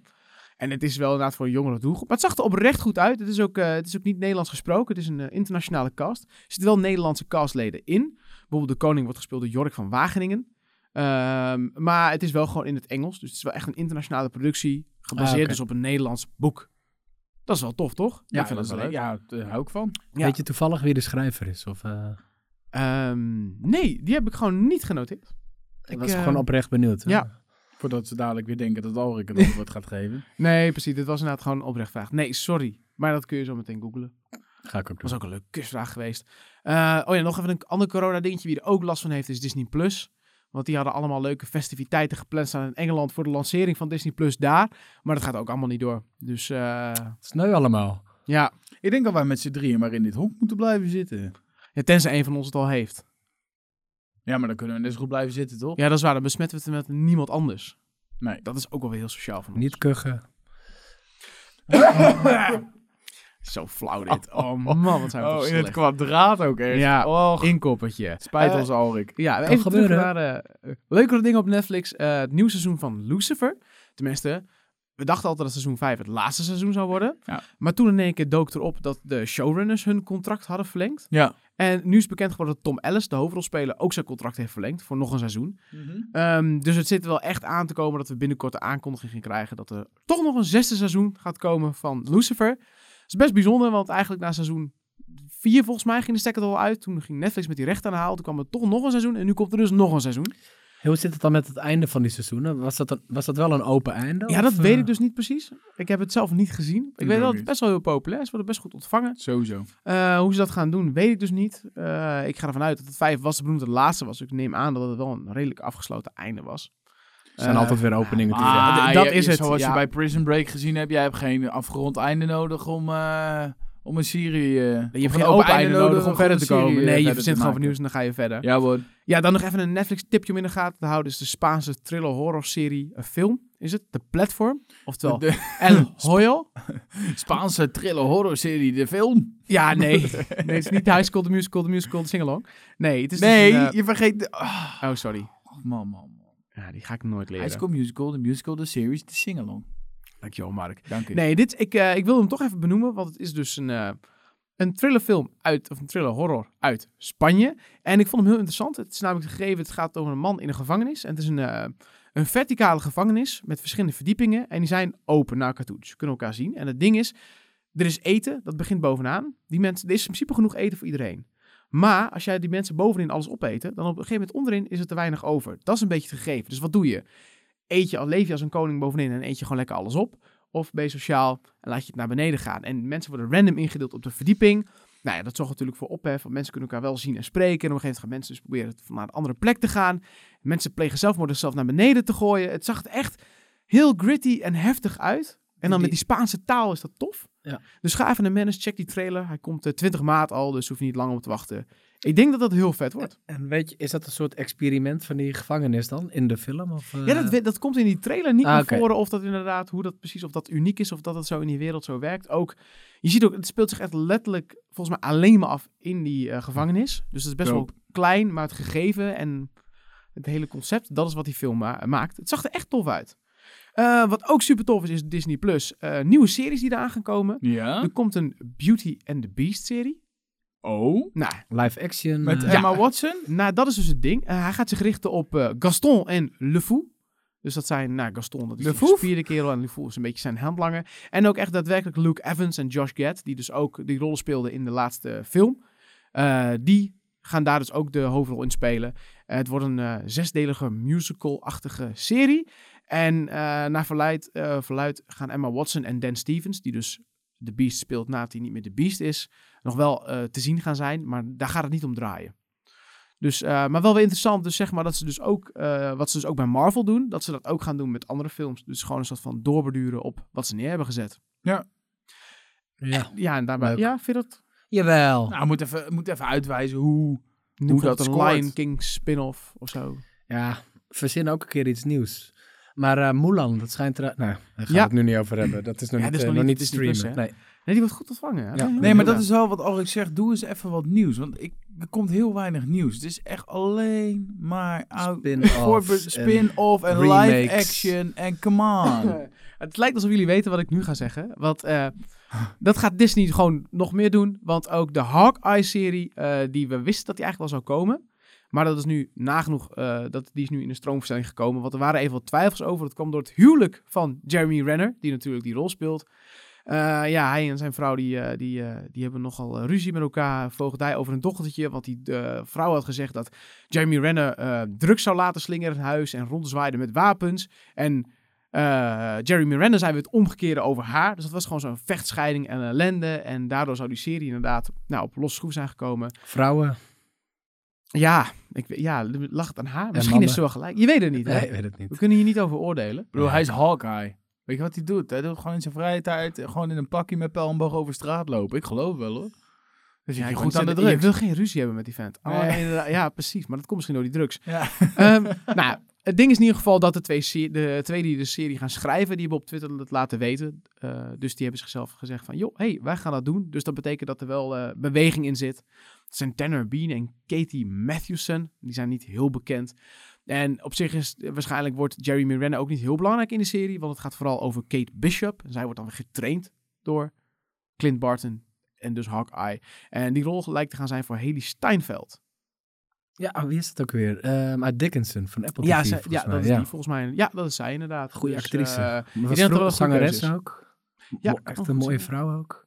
Speaker 1: En het is wel inderdaad voor een jongere doelgroep. Maar het zag er oprecht goed uit. Het is ook, eh, het is ook niet Nederlands gesproken. Het is een eh, internationale cast. Er zitten wel Nederlandse castleden in. Bijvoorbeeld de koning wordt gespeeld door Jork van Wageningen. Ehm, maar het is wel gewoon in het Engels. Dus het is wel echt een internationale productie. Gebaseerd
Speaker 3: Ah, oké.
Speaker 1: dus op een Nederlands boek. Dat is wel tof, toch?
Speaker 2: Ja, dat is leuk. Ja, daar hou ik van.
Speaker 1: Ja.
Speaker 3: Weet je toevallig wie de schrijver is? Of, eh,
Speaker 1: Ehm, nee, die heb ik gewoon niet genoteerd.
Speaker 3: ik was
Speaker 1: eh,
Speaker 3: gewoon oprecht benieuwd. hè?
Speaker 1: ja.
Speaker 2: Voordat ze dadelijk weer denken dat Alrik het antwoord gaat geven.
Speaker 1: Nee, precies. Dit was inderdaad gewoon een oprecht vraag. Nee, sorry. Maar dat kun je zo meteen googlen.
Speaker 3: Ga ik ook doen.
Speaker 1: was ook een leuke kusvraag geweest. Eh, oh ja, nog even een ander corona-dingetje. Wie er ook last van heeft, is Disney+. Plus. Want die hadden allemaal leuke festiviteiten gepland staan in Engeland... voor de lancering van Disney Plus daar. Maar dat gaat ook allemaal niet door. Dus eh,
Speaker 3: Het is nu allemaal.
Speaker 1: ja.
Speaker 2: Ik denk dat wij met z'n drieën maar in dit hok moeten blijven zitten.
Speaker 1: ja, tenzij een van ons het al heeft.
Speaker 2: Ja, maar dan kunnen we net zo goed blijven zitten, toch?
Speaker 1: Ja, dat is waar. Dan besmetten we het met niemand anders.
Speaker 2: Nee.
Speaker 1: Dat is ook wel weer heel sociaal van ons.
Speaker 3: Niet kuchen.
Speaker 1: Zo flauw dit. Oh man, wat zijn we toch slecht.
Speaker 2: kwadraat ook echt.
Speaker 1: Ja.
Speaker 2: Och,
Speaker 1: Inkoppertje.
Speaker 2: spijt
Speaker 1: Eh,
Speaker 2: ons, Alrik.
Speaker 1: Ja, even terug
Speaker 3: gebeuren,
Speaker 1: naar eh, leukere dingen op Netflix. Eh, het nieuwe seizoen van Lucifer. Tenminste, we dachten altijd dat seizoen 5 het laatste seizoen zou worden.
Speaker 2: Ja.
Speaker 1: Maar toen in één keer dook erop dat de showrunners hun contract hadden verlengd.
Speaker 2: Ja.
Speaker 1: En nu is bekend geworden dat Tom Ellis, de hoofdrolspeler, ook zijn contract heeft verlengd voor nog een seizoen.
Speaker 2: Mhm.
Speaker 1: Ehm, dus het zit er wel echt aan te komen dat we binnenkort de aankondiging gaan krijgen dat er toch nog een zesde seizoen gaat komen van Lucifer. Dat is best bijzonder, want eigenlijk na seizoen 4 volgens mij ging de stekker er al uit. Toen ging Netflix met die rechten aan de haal. Toen kwam er toch nog een seizoen en nu komt er dus nog een seizoen.
Speaker 3: Hoe zit het dan met het einde van die seizoenen? Was dat, een- was dat wel een open einde?
Speaker 1: Ja, dat
Speaker 3: of,
Speaker 1: weet
Speaker 3: eh,
Speaker 1: ik dus niet precies. Ik heb het zelf niet gezien. Ik
Speaker 2: Ik
Speaker 1: weet
Speaker 2: ook
Speaker 1: dat het
Speaker 2: niet.
Speaker 1: best wel heel populair is. Wordt best goed ontvangen.
Speaker 2: Sowieso.
Speaker 1: Eh, hoe ze dat gaan doen, weet ik dus niet. Eh, ik ga ervan uit dat het vijf was, benoemd het laatste was. Ik neem aan dat het wel een redelijk afgesloten einde was.
Speaker 3: Er zijn
Speaker 1: Eh,
Speaker 3: altijd weer openingen te vinden.
Speaker 1: Ah,
Speaker 2: Maar
Speaker 1: dat
Speaker 2: je-
Speaker 1: is
Speaker 2: je-
Speaker 1: het,
Speaker 2: Zoals
Speaker 1: ja.
Speaker 2: je bij Prison Break gezien hebt, jij hebt geen afgerond einde nodig om, eh, om een serie... eh,
Speaker 1: Je
Speaker 2: of
Speaker 1: hebt
Speaker 2: een
Speaker 1: geen open einde nodig om verder te
Speaker 2: een
Speaker 1: komen.
Speaker 2: serie, eh,
Speaker 1: Nee, je
Speaker 2: verder
Speaker 1: verzint
Speaker 2: te
Speaker 1: gewoon van nieuws
Speaker 2: maken.
Speaker 1: en dan ga je verder.
Speaker 2: Ja hoor.
Speaker 1: Ja, dan nog even een Netflix-tipje om in de gaten te houden. Is de Spaanse thriller-horror-serie, een film, is het? De Platform, oftewel
Speaker 2: De
Speaker 1: El Hoyo.
Speaker 2: Spaanse thriller horror serie, de film.
Speaker 1: Ja, nee. nee, het is niet de High School, de Musical, de Musical, de Singalong. Nee, het is dus
Speaker 2: Nee,
Speaker 1: een, eh,
Speaker 2: je vergeet... De, Ah.
Speaker 1: oh, sorry.
Speaker 2: Oh, man, man, man.
Speaker 1: Ja, die ga ik nooit leren.
Speaker 2: High School Musical, de musical, de series, de singalong.
Speaker 1: Dankjewel, Mark.
Speaker 2: Dank u.
Speaker 1: Nee, dit, ik, eh, ik wilde hem toch even benoemen, want het is dus een, eh een thrillerfilm uit, of een thriller-horror uit Spanje. En ik vond hem heel interessant. Het is namelijk gegeven, het gaat over een man in een gevangenis. En het is een, eh, een verticale gevangenis met verschillende verdiepingen. En die zijn open naar elkaar toe, dus je kunt elkaar zien. En het ding is, er is eten, dat begint bovenaan. Die mensen, er is in principe genoeg eten voor iedereen. Maar als jij die mensen bovenin alles opeten, dan op een gegeven moment onderin is er te weinig over. Dat is een beetje het gegeven. Dus wat doe je? Eet je, leef je als een koning bovenin en eet je gewoon lekker alles op? Of ben je sociaal en laat je het naar beneden gaan. En mensen worden random ingedeeld op de verdieping. Nou ja, dat zorgt natuurlijk voor ophef. Want mensen kunnen elkaar wel zien en spreken. En op een gegeven moment gaan mensen dus proberen het- naar een andere plek te gaan. Mensen plegen zelfmoord zichzelf naar beneden te gooien. Het zag er echt heel gritty en heftig uit. En dan
Speaker 3: Die-
Speaker 1: met die Spaanse taal is dat tof.
Speaker 3: Ja.
Speaker 1: Dus ga even naar Menace, check die trailer. Hij komt eh, 20 maart al, dus hoef je niet lang op te wachten. Ik denk dat dat heel vet wordt.
Speaker 3: En weet je, is dat een soort experiment van die gevangenis dan in de film? Of, eh,
Speaker 1: Ja, dat, we- dat komt in die trailer niet
Speaker 3: Ah,
Speaker 1: naar
Speaker 3: oké.
Speaker 1: voren. Of dat inderdaad, hoe dat precies, of dat uniek is, of dat het zo in die wereld zo werkt. Ook, je ziet ook, het speelt zich echt letterlijk, volgens mij, alleen maar af in die eh, gevangenis. Dus dat is best
Speaker 2: Dope.
Speaker 1: wel klein, maar het gegeven en het hele concept, dat is wat die film ma- maakt. Het zag er echt tof uit. Eh, wat ook super tof is, is Disney Plus. Eh, nieuwe series die eraan gaan komen.
Speaker 2: Ja?
Speaker 1: Er komt een Beauty and the Beast serie.
Speaker 2: Oh?
Speaker 1: Nou,
Speaker 3: Live action.
Speaker 2: Met
Speaker 3: eh,
Speaker 2: Emma Watson?
Speaker 1: nou, dat is dus het ding. Eh, hij gaat zich richten op eh, Gaston en Le Fou. Dus dat zijn, nou, Gaston, dat is
Speaker 2: Le
Speaker 1: de
Speaker 2: Fou?
Speaker 1: gespierde kerel en Le Fou is een beetje zijn handlanger. En ook echt daadwerkelijk Luke Evans en Josh Gad, die dus ook die rollen speelden in de laatste film. Eh, die gaan daar dus ook de hoofdrol in spelen. Eh, het wordt een eh, zesdelige musical-achtige serie. En eh, naar verluid, eh, verluid gaan Emma Watson en Dan Stevens, die dus de Beast speelt nadat hij niet meer de Beast is, nog wel eh, te zien gaan zijn. Maar daar gaat het niet om draaien. Dus, eh, maar wel weer interessant, dus zeg maar dat ze dus ook, eh, wat ze dus ook bij Marvel doen, dat ze dat ook gaan doen met andere films. Dus gewoon een soort van doorbeduren op wat ze neer hebben gezet.
Speaker 3: ja.
Speaker 1: Ja, en daarbij.
Speaker 3: Leuk.
Speaker 1: Ja, vind je dat?
Speaker 3: Jawel.
Speaker 2: Nou, moet even, moet even uitwijzen hoe...
Speaker 1: Hoe dat
Speaker 2: dat
Speaker 1: een
Speaker 2: scoort.
Speaker 1: Lion King spin-off of zo.
Speaker 3: Ja, verzin ook een keer iets nieuws. Maar eh Mulan, dat schijnt er... Nou, daar gaan
Speaker 1: Ja.
Speaker 3: we het nu niet over hebben. Dat is nog
Speaker 1: Ja,
Speaker 3: niet,
Speaker 1: dat is
Speaker 3: eh,
Speaker 1: nog
Speaker 3: nog
Speaker 1: niet
Speaker 3: niet,
Speaker 1: Disney
Speaker 3: streamen.
Speaker 1: Plus,
Speaker 3: nee.
Speaker 1: Nee, die wordt goed ontvangen. hè?
Speaker 3: Ja.
Speaker 1: heel
Speaker 2: Nee, maar
Speaker 1: goed
Speaker 2: dat is wel wat Alex zegt. Doe eens even wat nieuws. Want ik, er komt heel weinig nieuws. Het is echt alleen maar oud.
Speaker 3: Spin-offs
Speaker 2: voorbe-
Speaker 3: en-
Speaker 2: Spin-off en live
Speaker 3: remakes.
Speaker 2: action. En come on.
Speaker 1: gedaan. Het lijkt alsof jullie weten wat ik nu ga zeggen. Want eh, dat gaat Disney gewoon nog meer doen. Want ook de Hawkeye-serie, eh, die we wisten dat die eigenlijk wel zou komen. Maar dat is nu nagenoeg, eh, dat, die is nu in de stroomversnelling gekomen. Want er waren even wat twijfels over. Dat kwam door het huwelijk van Jeremy Renner, die natuurlijk die rol speelt. Eh, ja, hij en zijn vrouw die, eh, die, eh, die hebben nogal eh, ruzie met elkaar. Voogdij over een dochtertje. Want die eh, vrouw had gezegd dat Jeremy Renner eh, drugs zou laten slingeren in huis. En rondzwaaiden met wapens. En eh, Jeremy Renner zei weer het omgekeerde over haar. Dus dat was gewoon zo'n vechtscheiding en ellende. En daardoor zou die serie inderdaad nou, op losse schroef zijn gekomen.
Speaker 3: Vrouwen.
Speaker 1: Ja, ik, weet- ja lag het aan haar? Misschien
Speaker 3: mannen.
Speaker 1: is ze wel gelijk. Je weet het niet, hè?
Speaker 3: Nee, ik weet het niet.
Speaker 1: We kunnen hier niet over oordelen.
Speaker 2: Ik bedoel, hij is Hawkeye. Weet je wat hij doet? Hij doet gewoon in zijn vrije tijd, eh, gewoon in een pakje met pijlenboog over straat lopen. Ik geloof wel hoor. Dus ja,
Speaker 1: ik
Speaker 2: goed
Speaker 1: wou
Speaker 2: aan de
Speaker 1: net zeggen,
Speaker 2: druk.
Speaker 1: Je wil geen ruzie hebben met die vent. Oh,
Speaker 2: Nee.
Speaker 1: nee, inderdaad. ja, precies. Maar dat komt misschien door die drugs.
Speaker 2: Ja.
Speaker 1: Ehm, nou, het ding is in ieder geval dat de twee, se- de twee die de serie gaan schrijven, die hebben op Twitter het laten weten. Eh, dus die hebben zichzelf gezegd van, joh, hey, wij gaan dat doen. Dus dat betekent dat er wel eh, beweging in zit. Dat zijn Tanner Bean en Katie Mathewson. Die zijn niet heel bekend. En op zich is waarschijnlijk wordt Jeremy Renner ook niet heel belangrijk in de serie, want het gaat vooral over Kate Bishop. En zij wordt dan weer getraind door Clint Barton en dus Hawkeye. En die rol lijkt te gaan zijn voor Haley Steinfeld.
Speaker 3: Ja, oh, wie is dat ook weer? Ehm uit Dickinson van Apple
Speaker 1: Ja,
Speaker 3: TV,
Speaker 1: zij-
Speaker 3: volgens
Speaker 1: ja, dat
Speaker 3: mij.
Speaker 1: is
Speaker 3: ja.
Speaker 1: die volgens mij. Ja, dat is zij inderdaad.
Speaker 3: Goeie
Speaker 1: Dus,
Speaker 3: actrice.
Speaker 1: eh,
Speaker 3: Maar was
Speaker 1: denk dat dat wel
Speaker 3: vroeger
Speaker 1: een goede
Speaker 3: zangeres
Speaker 1: keuze
Speaker 3: ook.
Speaker 1: Ja,
Speaker 3: Ja,
Speaker 1: kan
Speaker 3: echt
Speaker 1: goed
Speaker 3: een mooie
Speaker 1: zijn.
Speaker 3: vrouw ook.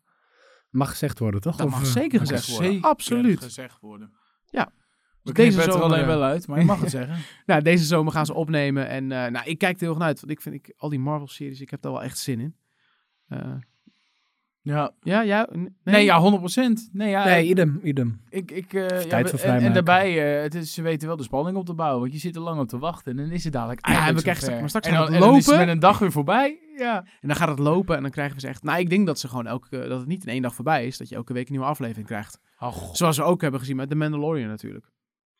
Speaker 3: Mag gezegd worden, toch?
Speaker 1: dat
Speaker 3: Of,
Speaker 1: mag
Speaker 3: eh,
Speaker 1: zeker
Speaker 3: mag
Speaker 1: gezegd
Speaker 3: gezegd-
Speaker 1: worden. Absoluut.
Speaker 2: gezegd worden.
Speaker 1: Ja.
Speaker 2: We
Speaker 1: Deze
Speaker 2: knippen het er
Speaker 1: zomer,
Speaker 2: alleen
Speaker 1: eh,
Speaker 2: wel uit, maar je mag het zeggen.
Speaker 1: Nou, deze zomer gaan ze opnemen. En eh, nou, ik kijk er heel erg naar uit. Want ik vind ik, al die Marvel-series, ik heb daar wel echt zin in. Eh,
Speaker 2: Ja.
Speaker 1: ja, ja. n- Nee,
Speaker 2: Nee, ja, 100%. Nee, ja,
Speaker 3: Nee, idem, idem.
Speaker 2: Ik, ik, eh, ja,
Speaker 3: tijd
Speaker 2: we-
Speaker 3: voor
Speaker 2: en- en,
Speaker 3: vrijmaken.
Speaker 2: daarbij, eh, het is, ze weten wel de spanning op te bouwen, want je zit er lang op te wachten en dan is het dadelijk
Speaker 1: Ja, en we
Speaker 2: eigenlijk
Speaker 1: krijgen
Speaker 2: zover.
Speaker 1: straks- maar straks
Speaker 2: en
Speaker 1: gaan
Speaker 2: dan,
Speaker 1: we
Speaker 2: en dan is het
Speaker 1: lopen.
Speaker 2: met een dag weer voorbij. Ja.
Speaker 1: En dan gaat het lopen en dan krijgen we ze echt... Nou, ik denk dat ze gewoon elke... Dat het niet in één dag voorbij is. Dat je elke week een nieuwe aflevering krijgt. Zoals we ook hebben gezien met The Mandalorian natuurlijk.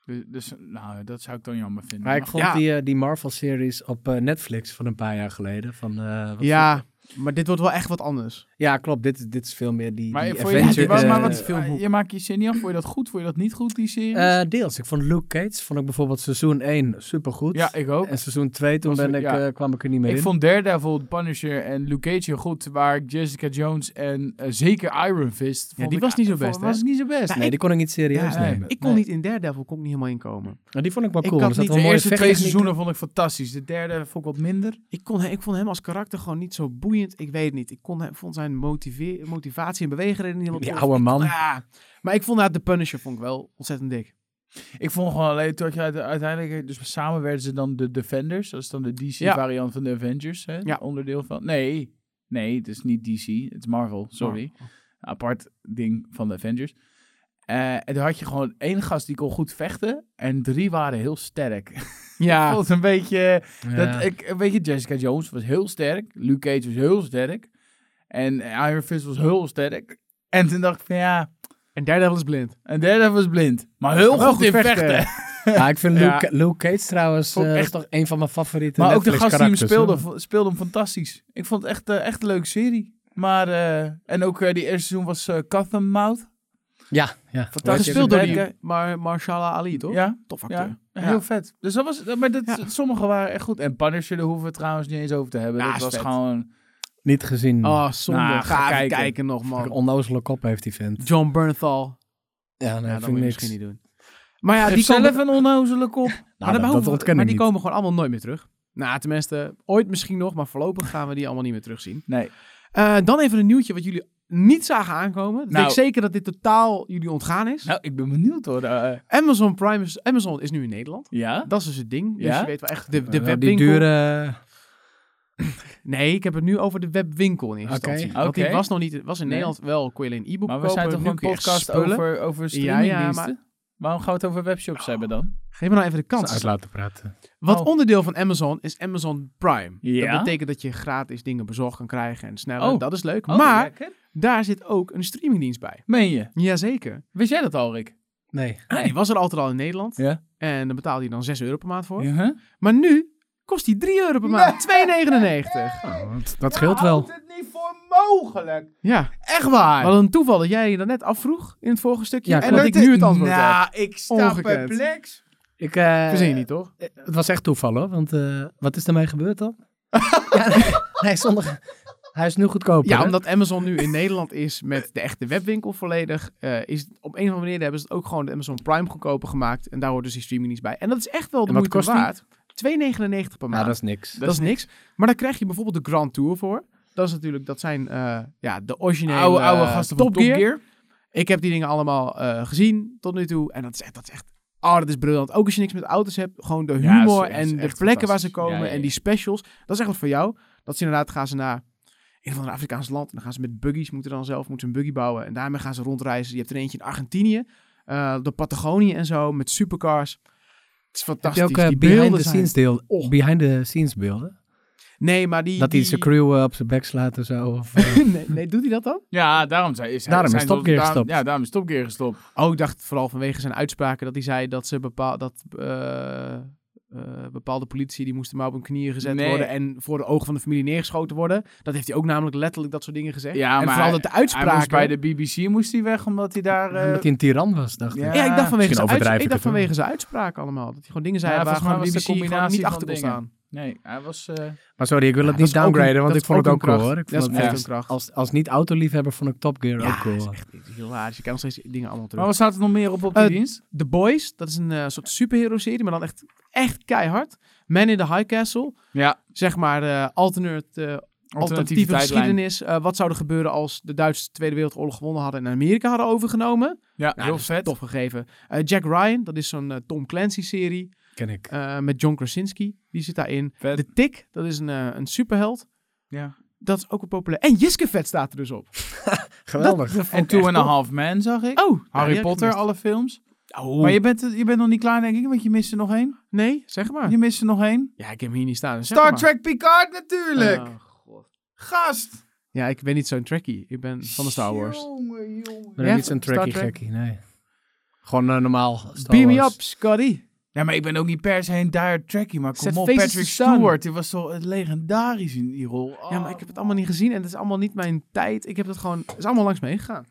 Speaker 2: Dus- Dus nou, dat zou ik dan jammer vinden.
Speaker 3: Maar ik vond
Speaker 1: ja.
Speaker 3: die, eh, die Marvel-series op eh, Netflix van een paar jaar geleden. Van, eh, wat
Speaker 1: ja, maar dit wordt wel echt wat anders.
Speaker 3: Ja, klopt. Dit, dit is veel meer die,
Speaker 2: maar,
Speaker 3: die
Speaker 2: vond je,
Speaker 3: adventure.
Speaker 2: maar, maar
Speaker 3: eh,
Speaker 2: wat,
Speaker 1: filmhoek.
Speaker 2: je maakt je zin niet af. Vond je dat goed? Vond je dat niet goed, die serie?
Speaker 3: eh, deels. Ik vond Luke Cage vond ik bijvoorbeeld seizoen 1 supergoed.
Speaker 2: ja, ik ook.
Speaker 3: en seizoen 2, toen
Speaker 2: Was-
Speaker 3: ben ik,
Speaker 2: ja.
Speaker 3: eh, kwam ik er niet meer
Speaker 2: Ik
Speaker 3: in.
Speaker 2: vond Daredevil, The Punisher en Luke Cage heel goed, waar ik Jessica Jones en eh, zeker Iron Fist... vond
Speaker 1: die
Speaker 2: ik-
Speaker 1: was niet zo
Speaker 2: vond-
Speaker 1: best, hè?
Speaker 2: was niet zo best.
Speaker 3: nee, die kon ik niet serieus
Speaker 1: Ja,
Speaker 2: nee.
Speaker 3: nemen.
Speaker 1: Ik kon
Speaker 2: Nee.
Speaker 1: niet in Daredevil kon ik niet helemaal inkomen.
Speaker 3: Nou, die vond ik wel
Speaker 1: Ik
Speaker 3: cool.
Speaker 1: had
Speaker 3: Er zat
Speaker 1: niet
Speaker 3: wel
Speaker 2: De
Speaker 3: mooie
Speaker 2: eerste twee
Speaker 3: vechttechnieken.
Speaker 2: seizoenen vond ik fantastisch. De derde vond ik wat minder.
Speaker 1: Ik, kon, ik vond hem als karakter gewoon niet zo boeiend. Ik weet het niet. Ik kon, hem- vond zijn motive- motivatie en bewegingen niet helemaal
Speaker 3: Die
Speaker 1: tof.
Speaker 3: oude man.
Speaker 1: Ja, maar ik vond dat The Punisher vond ik wel ontzettend dik.
Speaker 2: Ik vond gewoon alleen dat je uite- uiteindelijk... Dus samen werden ze dan de Defenders. Dat is dan de
Speaker 1: Ja.
Speaker 2: DC-variant van de Avengers. Hè?
Speaker 1: Ja.
Speaker 2: Onderdeel van... Nee, nee, het is niet DC. Het is Marvel, sorry.
Speaker 1: Oh.
Speaker 2: Een apart ding van de Avengers. Eh, en dan had je gewoon één gast die kon goed vechten. En drie waren heel sterk. Ik
Speaker 1: Ja,
Speaker 3: Oh.
Speaker 2: vond het een beetje...
Speaker 3: Ja.
Speaker 2: Dat, ik, weet je, Jessica Jones was heel sterk. Luke Cage was heel sterk. En Iron Fist was heel sterk. En toen dacht ik van ja...
Speaker 1: en Daredevil is blind.
Speaker 2: En derde was blind. Maar heel
Speaker 1: Wel
Speaker 2: goed,
Speaker 1: goed
Speaker 2: in vechten.
Speaker 1: vechten.
Speaker 3: Ja, ik vind
Speaker 2: Ja.
Speaker 3: Luke, Luke Cage trouwens
Speaker 2: Vond ik
Speaker 3: eh,
Speaker 2: echt-
Speaker 3: toch een van mijn favoriete
Speaker 2: Maar ook de gast die hem
Speaker 3: Netflix-karakters,
Speaker 2: speelde,
Speaker 3: hoor.
Speaker 2: vo- speelde hem fantastisch. Ik vond het echt, eh, echt een leuke serie. Maar, eh, en ook eh, die eerste seizoen was eh Gotham Mouth.
Speaker 3: Ja, ja.
Speaker 1: Dat
Speaker 2: Fantastisch.
Speaker 1: is gespeeld door die
Speaker 2: Werken.
Speaker 1: maar Marshala Ali, toch?
Speaker 2: Ja,
Speaker 1: Tof acteur. Ja,
Speaker 2: ja, heel vet. Dus dat was, maar dat,
Speaker 1: Ja.
Speaker 2: sommige waren echt goed. En Punisher, daar hoeven we het trouwens niet eens over te hebben.
Speaker 1: Ja,
Speaker 2: dat
Speaker 1: is
Speaker 2: was
Speaker 1: vet.
Speaker 2: gewoon...
Speaker 3: Niet gezien.
Speaker 1: Oh, zonde.
Speaker 2: Nou,
Speaker 1: ga
Speaker 2: ga
Speaker 1: even kijken.
Speaker 2: kijken.
Speaker 1: nog, man.
Speaker 3: Onnozele kop heeft die vent.
Speaker 1: John Bernthal.
Speaker 3: Ja, nee,
Speaker 1: Ja,
Speaker 3: vind
Speaker 1: dat
Speaker 3: ik
Speaker 1: moet je
Speaker 3: niks.
Speaker 1: misschien niet doen. Maar ja, die
Speaker 2: Geef zelf
Speaker 1: komen,
Speaker 2: een onnozele kop.
Speaker 1: maar
Speaker 3: Nou,
Speaker 1: dat
Speaker 3: dat, dat
Speaker 1: behoeven-
Speaker 3: ontken
Speaker 1: maar
Speaker 3: ik
Speaker 1: die
Speaker 3: niet.
Speaker 1: komen gewoon allemaal nooit meer terug. Nou, tenminste, ooit misschien nog, maar voorlopig gaan we die allemaal niet meer terugzien.
Speaker 2: Nee.
Speaker 1: Eh, dan even een nieuwtje wat jullie niet zagen aankomen. Dat
Speaker 2: Nou.
Speaker 1: weet ik zeker dat dit totaal jullie ontgaan is.
Speaker 2: Nou, ik ben benieuwd hoor. eh,
Speaker 1: Amazon Prime is, Amazon is nu in Nederland.
Speaker 2: ja?
Speaker 1: Dat is dus het ding. Dus
Speaker 2: Ja?
Speaker 1: je weet wel echt de, de
Speaker 3: Ja, Nou, die
Speaker 1: webwinkel.
Speaker 3: dure... eh,
Speaker 1: Nee, ik heb het nu over de webwinkel in eerste
Speaker 3: Oké.
Speaker 1: instantie. Want die
Speaker 2: Oké.
Speaker 1: was nog niet... was in
Speaker 2: Nee.
Speaker 1: Nederland wel, kon je alleen e-book
Speaker 2: Maar
Speaker 1: kopen.
Speaker 2: we zijn toch
Speaker 1: nu
Speaker 2: een
Speaker 1: kun je echt
Speaker 2: podcast
Speaker 1: spullen.
Speaker 2: over, over
Speaker 1: Ja, ja,
Speaker 2: streamingdiensten? Waarom gaan we het over webshops hebben dan?
Speaker 1: Geef me nou even de kans.
Speaker 3: Uit laten praten.
Speaker 1: Wat
Speaker 2: Oh.
Speaker 1: onderdeel van Amazon is Amazon Prime.
Speaker 2: Ja.
Speaker 1: Dat betekent dat je gratis dingen bezorgd kan krijgen en sneller.
Speaker 2: Oh.
Speaker 1: Dat is leuk.
Speaker 2: Oh,
Speaker 1: maar
Speaker 2: lekker.
Speaker 1: daar zit ook een streamingdienst bij.
Speaker 2: Meen je?
Speaker 1: Jazeker.
Speaker 2: Wist jij dat al, Rick?
Speaker 3: Nee.
Speaker 1: Nou, die was er altijd al in Nederland.
Speaker 2: Ja.
Speaker 1: En dan betaalde je dan 6 euro per maand voor.
Speaker 2: Ja, hè?
Speaker 1: Maar nu kost die 3 euro per maand. 2,99.
Speaker 3: Nou, dat, scheelt wel.
Speaker 2: Oh. het niet voor mogelijk.
Speaker 1: Ja.
Speaker 2: Echt waar.
Speaker 1: Wat een toeval dat jij je dat net afvroeg in het vorige stukje.
Speaker 3: Ja,
Speaker 1: en
Speaker 3: klopt.
Speaker 1: dat ik nu het antwoord heb.
Speaker 2: Nou, ik sta
Speaker 1: Ongekend.
Speaker 2: perplex.
Speaker 3: Ik, eh,
Speaker 1: Verzin je niet, toch?
Speaker 3: eh, Het was echt toeval hoor, want eh, wat is daarmee gebeurd dan? ja, nee, nee, zonder... Hij is nu goedkoper.
Speaker 1: Ja,
Speaker 3: hè?
Speaker 1: omdat Amazon nu in Nederland is met de echte webwinkel volledig, eh, is op een of andere manier hebben ze het ook gewoon de Amazon Prime goedkoper gemaakt. En daar hoort dus die streamingdienst bij. En dat is echt wel de
Speaker 3: En wat
Speaker 1: moeite
Speaker 3: kost die?
Speaker 1: waard. 2,99 per maand.
Speaker 3: Nou, dat
Speaker 1: dat,
Speaker 3: is niks.
Speaker 1: is niks. Maar dan krijg je bijvoorbeeld de Grand Tour voor. Dat is natuurlijk, dat zijn eh, ja, de originele
Speaker 2: Oude, oude
Speaker 1: eh,
Speaker 2: gasten
Speaker 1: Top
Speaker 2: van Top
Speaker 1: Gear.
Speaker 2: Gear.
Speaker 1: Ik heb die dingen allemaal eh, gezien tot nu toe. En dat is echt, dat is echt, oh, dat is briljant. Ook als je niks met auto's hebt, gewoon de
Speaker 2: Ja,
Speaker 1: humor
Speaker 2: is- is
Speaker 1: en de
Speaker 2: echt
Speaker 1: plekken waar ze
Speaker 2: fantastisch.
Speaker 1: komen
Speaker 2: Ja, ja,
Speaker 1: en
Speaker 2: ja.
Speaker 1: die specials. Dat is echt wat voor jou. Dat ze inderdaad gaan ze naar een van een Afrikaans land en dan gaan ze met buggies, moeten dan zelf moeten ze een buggy bouwen. En daarmee gaan ze rondreizen. Je hebt er eentje in Argentinië, eh door Patagonië en zo, met supercars. Het is
Speaker 3: Heb je
Speaker 1: fantastisch.
Speaker 3: ook eh,
Speaker 1: die
Speaker 3: behind,
Speaker 1: beelden
Speaker 3: the
Speaker 1: zijn...
Speaker 3: scenes deel, behind the scenes beelden?
Speaker 1: Nee, maar die...
Speaker 3: Dat hij
Speaker 1: die-
Speaker 3: zijn crew eh, op zijn bek slaat en zo? Of, eh,
Speaker 1: nee, nee, doet hij dat dan?
Speaker 2: Ja, daarom zijn, is,
Speaker 3: Daarom is
Speaker 2: zijn
Speaker 3: Top
Speaker 2: tot-
Speaker 3: Gear
Speaker 2: daarom-
Speaker 3: gestopt.
Speaker 2: Ja, daarom is Top Gear gestopt.
Speaker 1: Oh, ik dacht vooral vanwege zijn uitspraken dat hij zei dat ze bepaal, dat, eh, eh, bepaalde politici die moesten maar op hun knieën gezet
Speaker 2: Nee.
Speaker 1: worden en voor de ogen van de familie neergeschoten worden. Dat heeft hij ook namelijk letterlijk dat soort dingen gezegd.
Speaker 2: Ja,
Speaker 1: en
Speaker 2: maar
Speaker 1: vooral dat de uitspraken.
Speaker 2: Hij moest bij de BBC moest hij weg, omdat hij daar... eh,
Speaker 3: omdat hij een tiran was, dacht ik.
Speaker 2: Ja.
Speaker 1: Ja, ik dacht vanwege,
Speaker 3: Misschien
Speaker 1: zijn, uits-
Speaker 3: overdrijf
Speaker 1: ik
Speaker 3: ik
Speaker 1: dacht
Speaker 3: het, hoor.
Speaker 1: vanwege zijn uitspraken allemaal. Dat hij gewoon dingen zei
Speaker 2: Ja,
Speaker 1: waar
Speaker 2: volgens mij
Speaker 1: gewoon de
Speaker 2: was het
Speaker 1: BBC
Speaker 2: een
Speaker 1: gewoon niet
Speaker 2: combinatie
Speaker 1: achter kon
Speaker 2: van
Speaker 1: staan.
Speaker 2: Nee, hij was... eh,
Speaker 3: Maar sorry, ik wil
Speaker 1: Ja,
Speaker 3: het
Speaker 1: dat
Speaker 3: niet
Speaker 1: is ook een-
Speaker 3: downgraden,
Speaker 1: dat
Speaker 3: want ik
Speaker 1: is
Speaker 3: vond het
Speaker 1: ook
Speaker 3: ook
Speaker 1: een
Speaker 3: cool
Speaker 1: kracht.
Speaker 3: hoor. Ik
Speaker 1: Dat is
Speaker 3: vond
Speaker 1: echt
Speaker 3: het
Speaker 1: een kracht.
Speaker 3: Als, als niet-autoliefhebber vond ik Top Gear ook
Speaker 1: Ja,
Speaker 3: cool.
Speaker 1: is echt niet hilarisch. Je kan nog steeds dingen allemaal terug.
Speaker 2: maar wat staat er nog meer op op die
Speaker 1: Eh,
Speaker 2: dienst?
Speaker 1: The Boys, dat is een eh, soort superhero-serie, maar dan echt, echt keihard. Man in the High Castle,
Speaker 2: Ja.
Speaker 1: zeg maar eh alternate eh, alternatieve geschiedenis. eh, wat zou er gebeuren als de Duitsers de Tweede Wereldoorlog gewonnen hadden en Amerika hadden overgenomen?
Speaker 2: Ja,
Speaker 1: Nou,
Speaker 2: heel
Speaker 1: dat is
Speaker 2: vet.
Speaker 1: Tof gegeven. Eh, Jack Ryan, dat is zo'n eh, Tom Clancy-serie
Speaker 3: Ken ik.
Speaker 1: eh, met John Krasinski. Die zit daarin.
Speaker 2: Vet.
Speaker 1: De Tik, dat is een, eh, een superheld.
Speaker 2: Ja.
Speaker 1: Dat is ook een populair. En Jiske Vet staat er dus op.
Speaker 3: Geweldig.
Speaker 2: En Two and a Half Men zag ik.
Speaker 1: Oh,
Speaker 2: Harry
Speaker 1: ja, die had ik
Speaker 2: Potter,
Speaker 1: gemist.
Speaker 2: alle films.
Speaker 1: Oh.
Speaker 2: Maar je bent, je bent nog niet klaar, denk ik, want je mist er nog één.
Speaker 1: Nee, zeg maar.
Speaker 2: Je mist er nog één.
Speaker 1: Ja, ik heb hem hier niet staan. dus Ah. zeg
Speaker 2: Star
Speaker 1: maar.
Speaker 2: Trek Picard natuurlijk.
Speaker 1: Oh, God.
Speaker 2: Gast.
Speaker 1: Ja, ik ben niet zo'n trekkie. Ik ben van de Star Wars.
Speaker 2: Jongen, jongen.
Speaker 3: ben
Speaker 1: Ja,
Speaker 3: ook niet zo'n
Speaker 1: Star
Speaker 3: trekkie
Speaker 1: Trek.
Speaker 3: gekkie, nee. Gewoon eh, normaal. Star
Speaker 1: Beam me
Speaker 3: Wars.
Speaker 1: up, Scotty.
Speaker 2: Ja, maar ik ben ook niet per se een dire trackie, maar kom
Speaker 1: Zet
Speaker 2: op,
Speaker 1: faces
Speaker 2: Patrick
Speaker 1: te staan.
Speaker 2: Stewart, die was zo legendarisch in die rol.
Speaker 1: Ja, maar ik heb het allemaal niet gezien en het is allemaal niet mijn tijd. Ik heb het gewoon... Het is allemaal langs me heen gegaan.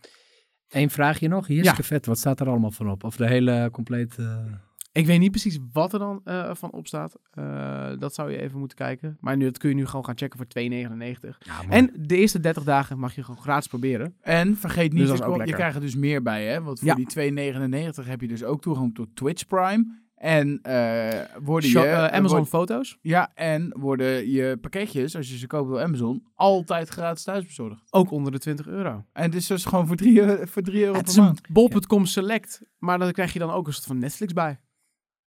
Speaker 3: Eén vraagje nog. Hier is
Speaker 1: Ja.
Speaker 3: de vet. Wat staat er allemaal van op? Of de hele complete... eh,
Speaker 1: Ik weet niet precies wat er dan eh, van op staat. Eh, dat zou je even moeten kijken. Maar nu, dat kun je nu gewoon gaan checken voor 2,99. En de eerste 30 dagen mag je gewoon gratis proberen.
Speaker 2: En vergeet
Speaker 1: Dus
Speaker 2: niet,
Speaker 1: dat
Speaker 2: je,
Speaker 1: is ook
Speaker 2: kon- je
Speaker 1: lekker.
Speaker 2: krijgt er dus meer bij, hè? Want voor
Speaker 1: Ja.
Speaker 2: die 2,99 heb je dus ook toegang tot Twitch Prime. En eh, worden
Speaker 1: Shop-
Speaker 2: je...
Speaker 1: eh, Amazon
Speaker 2: word-
Speaker 1: foto's.
Speaker 2: ja, en worden je pakketjes, als je ze koopt op Amazon, altijd gratis thuisbezorgd.
Speaker 1: Ook onder de 20 euro.
Speaker 2: En dus dat is gewoon voor 3 euro, voor drie euro
Speaker 1: Het is
Speaker 2: per maand.
Speaker 1: een bol.com select. Maar daar krijg je dan ook een soort van Netflix bij.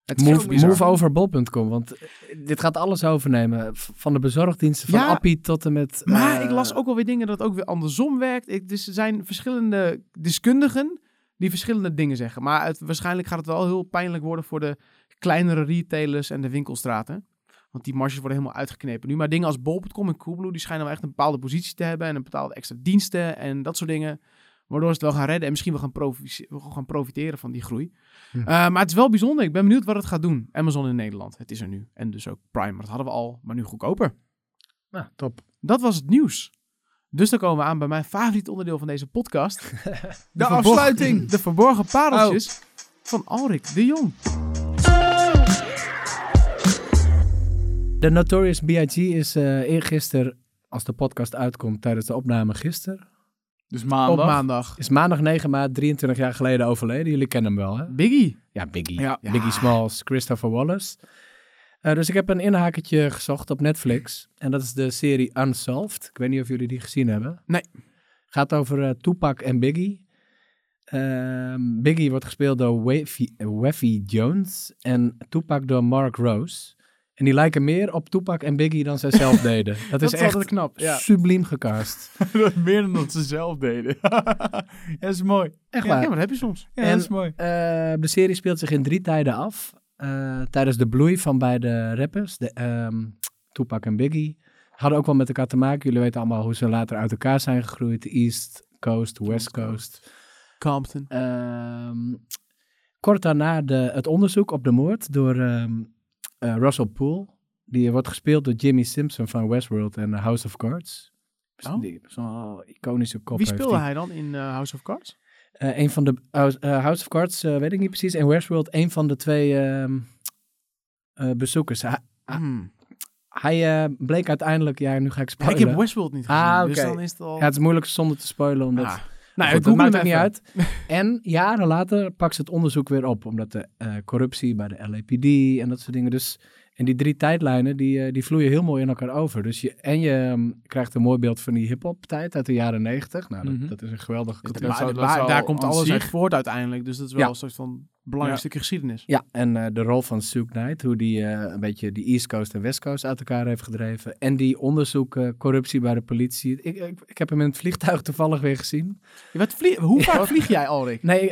Speaker 1: Het is heel
Speaker 3: Move,
Speaker 1: bizar.
Speaker 3: move over bol.com, want eh, dit gaat alles overnemen. V- Van de bezorgdiensten, van
Speaker 1: Ja.
Speaker 3: Appie tot en met...
Speaker 1: Maar
Speaker 3: eh,
Speaker 1: ik las ook wel weer dingen dat het ook weer andersom werkt. Ik, dus er zijn verschillende deskundigen die verschillende dingen zeggen. Maar het, waarschijnlijk gaat het wel heel pijnlijk worden voor de kleinere retailers en de winkelstraten. Want die marges worden helemaal uitgeknepen nu. Maar dingen als bol.com en Coolblue, die schijnen wel echt een bepaalde positie te hebben. En een bepaalde extra diensten en dat soort dingen. Waardoor ze het wel gaan redden en misschien wel gaan, profi- gaan profiteren van die groei.
Speaker 3: Hm.
Speaker 1: Eh, maar het is wel bijzonder. Ik ben benieuwd wat het gaat doen. Amazon in Nederland, het is er nu. En dus ook Prime, maar dat hadden we al, maar nu goedkoper.
Speaker 3: Nou, top.
Speaker 1: Dat was het nieuws. Dus dan komen we aan bij mijn favoriet onderdeel van deze podcast. De,
Speaker 2: De
Speaker 1: verborgen-
Speaker 2: afsluiting.
Speaker 1: De verborgen pareltjes van Alrik de Jong.
Speaker 3: De Notorious B.I.G. is eh eergisteren, als de podcast uitkomt tijdens de opname gisteren,
Speaker 2: Dus maandag.
Speaker 1: Op maandag.
Speaker 3: is maandag 9 maart 23 jaar geleden overleden. Jullie kennen hem wel, hè?
Speaker 1: Biggie.
Speaker 3: Ja, Biggie.
Speaker 2: Ja.
Speaker 3: Biggie Smalls, Christopher Wallace. Eh, dus ik heb een inhakertje gezocht op Netflix. En dat is de serie Unsolved. Ik weet niet of jullie die gezien hebben.
Speaker 1: Nee.
Speaker 3: Gaat over eh, Tupac en Biggie. Ehm, Biggie wordt gespeeld door Wavy, Wavy Jones en Tupac door Mark Rose. En die lijken meer op Tupac en Biggie dan zij zelf deden. Dat,
Speaker 1: Dat
Speaker 3: is
Speaker 1: is
Speaker 3: echt
Speaker 1: altijd knap. Ja.
Speaker 3: subliem gecast.
Speaker 2: Meer dan dat ze zelf deden. dat is mooi.
Speaker 3: Echt
Speaker 1: Ja,
Speaker 3: waar.
Speaker 1: maar dat heb je soms.
Speaker 2: Ja,
Speaker 3: En-
Speaker 2: dat is mooi.
Speaker 3: Eh, de serie speelt zich in drie tijden af. Eh, tijdens de bloei van beide rappers, de, ehm, Tupac en Biggie, hadden ook wel met elkaar te maken. Jullie weten allemaal hoe ze later uit elkaar zijn gegroeid. East Coast, West Coast.
Speaker 1: Compton.
Speaker 3: Ehm, kort daarna de, het onderzoek op de moord door ehm, eh, Russell Poole. Die wordt gespeeld door Jimmy Simpson van Westworld en House of Cards.
Speaker 1: Oh.
Speaker 3: Die- Zo'n iconische kop
Speaker 1: Wie
Speaker 3: heeft
Speaker 1: speelde
Speaker 3: die.
Speaker 1: hij dan in eh, House of Cards?
Speaker 3: Eh, een van de House- eh, House of Cards, eh, weet ik niet precies. En Westworld, een van de twee ehm, eh, bezoekers. Hij, Ah.
Speaker 1: Hmm.
Speaker 3: hij, eh, bleek uiteindelijk, ja, nu ga ik
Speaker 1: Ja,
Speaker 3: spoilen.
Speaker 1: ik heb Westworld niet gezien.
Speaker 3: Ah,
Speaker 1: Dus
Speaker 3: oké.
Speaker 1: dan is het al...
Speaker 3: Ja, het is moeilijk zonder te spoilen, omdat...
Speaker 1: Ah. Nou,
Speaker 3: Maar goed,
Speaker 1: ik
Speaker 3: dat
Speaker 1: google
Speaker 3: maakt
Speaker 1: hem
Speaker 3: ook niet
Speaker 1: even.
Speaker 3: uit. En jaren later pakt ze het onderzoek weer op, omdat de eh, corruptie bij de LAPD en dat soort dingen. Dus, en die drie tijdlijnen, die, eh, die vloeien heel mooi in elkaar over. Dus je, en je ehm, krijgt een mooi beeld van die hip-hop tijd uit de jaren negentig. Nou, dat,
Speaker 2: Mhm.
Speaker 3: dat is een geweldige
Speaker 1: Maar
Speaker 3: cultuur.
Speaker 2: zou-
Speaker 1: de-
Speaker 2: dat
Speaker 1: maar
Speaker 2: zou
Speaker 1: daar komt
Speaker 2: aan
Speaker 1: alles
Speaker 2: zich-
Speaker 1: uit voort uiteindelijk. Dus dat is wel
Speaker 3: Ja.
Speaker 1: een soort van belangrijk
Speaker 2: Ja.
Speaker 1: stukje geschiedenis.
Speaker 3: Ja, en eh, de rol van Sue Knight, hoe die eh, een beetje die East Coast en West Coast uit elkaar heeft gedreven. En die onderzoeken, corruptie bij de politie. Ik, ik, ik heb hem in het vliegtuig toevallig weer gezien.
Speaker 1: Je bent vlie- Hoe vaak vlieg jij, Alrik?
Speaker 3: Nee,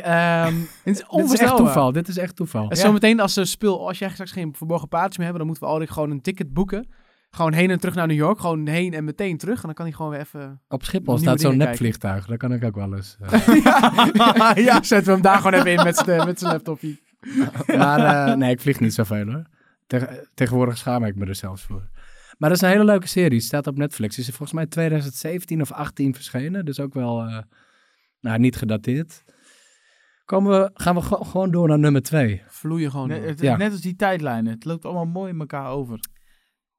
Speaker 1: Het
Speaker 3: ehm
Speaker 1: is
Speaker 3: dit is echt
Speaker 1: onvoorstelbaar.
Speaker 3: toeval. Dit is echt toeval.
Speaker 1: En zometeen als ze spul, als jij straks geen verborgen paardjes meer hebben, dan moeten we Alrik gewoon een ticket boeken. Gewoon heen en terug naar New York. Gewoon heen en meteen terug. En dan kan hij gewoon weer even.
Speaker 3: Op Schiphol
Speaker 1: Nieuwe
Speaker 3: staat zo'n
Speaker 1: dingen
Speaker 3: nepvliegtuig. Daar kan ik ook wel eens. eh.
Speaker 1: ja, zetten we hem daar gewoon even in met zijn met zijn laptopje.
Speaker 3: maar eh, nee, ik vlieg niet zoveel hoor. Teg- tegenwoordig schaam ik me er zelfs voor. Maar dat is een hele leuke serie. Staat op Netflix. Is er volgens mij 2017 of 18 verschenen. Dus ook wel eh, nou, niet gedateerd. Komen we, gaan we go- gewoon door naar nummer 2.
Speaker 1: Vloeien gewoon.
Speaker 2: Net, het-
Speaker 3: Ja.
Speaker 2: net als die tijdlijnen. Het loopt allemaal mooi in elkaar over.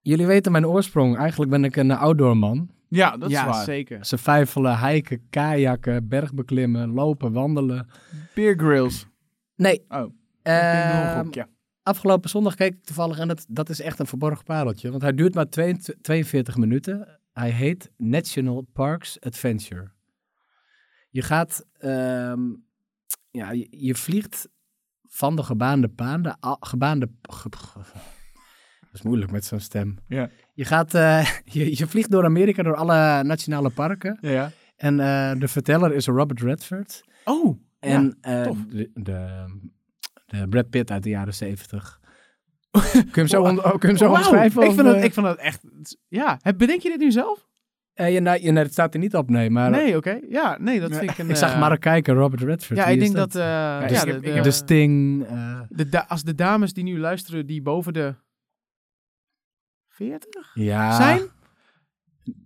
Speaker 3: Jullie weten mijn oorsprong. Eigenlijk ben ik een outdoor man.
Speaker 2: Ja, dat is
Speaker 1: ja,
Speaker 2: waar.
Speaker 1: zeker.
Speaker 3: Ze vijfelen, hiken, kajakken, bergbeklimmen, lopen, wandelen.
Speaker 2: Beer grills.
Speaker 3: Nee.
Speaker 2: Oh.
Speaker 3: Ehm,
Speaker 2: Beer grill, ja.
Speaker 3: afgelopen zondag keek ik toevallig en dat, dat is echt een verborgen pareltje. Want hij duurt maar 22 42 minuten. Hij heet National Parks Adventure. Je gaat, ehm, ja, je, je vliegt van de gebaande paan, de a- gebaande, ge- ge- dat is moeilijk met zo'n stem.
Speaker 2: Ja.
Speaker 3: Je gaat, eh, je, je vliegt door Amerika, door alle nationale parken.
Speaker 2: Ja, ja.
Speaker 3: En eh, de verteller is Robert Redford.
Speaker 2: Oh,
Speaker 3: En eh,
Speaker 1: ehm,
Speaker 2: tof.
Speaker 3: de, de, de Brad Pitt uit de jaren zeventig. kun je hem zo, on- oh, kun je hem zo
Speaker 2: Wauw,
Speaker 3: omschrijven?
Speaker 1: Ik
Speaker 3: of,
Speaker 1: vind, dat,
Speaker 3: eh?
Speaker 1: ik vind dat echt... Ja, heb- bedenk je dit nu zelf?
Speaker 3: Eh, ja, nou, ja, nee, dat staat er niet op, nee. Maar
Speaker 1: Nee, oké. Ja, nee, dat
Speaker 2: Nee,
Speaker 1: vind ik een...
Speaker 3: ik zag
Speaker 1: eh,
Speaker 3: Mark kijken, Robert Redford.
Speaker 1: Ja,
Speaker 3: Wie
Speaker 1: ik
Speaker 3: is
Speaker 1: denk dat... eh, ja,
Speaker 3: dus
Speaker 1: de,
Speaker 2: ik-
Speaker 1: de-
Speaker 2: ik-
Speaker 3: de Sting. eh,
Speaker 1: de da- als de dames die nu luisteren, die boven de 40
Speaker 3: ja.
Speaker 1: zijn,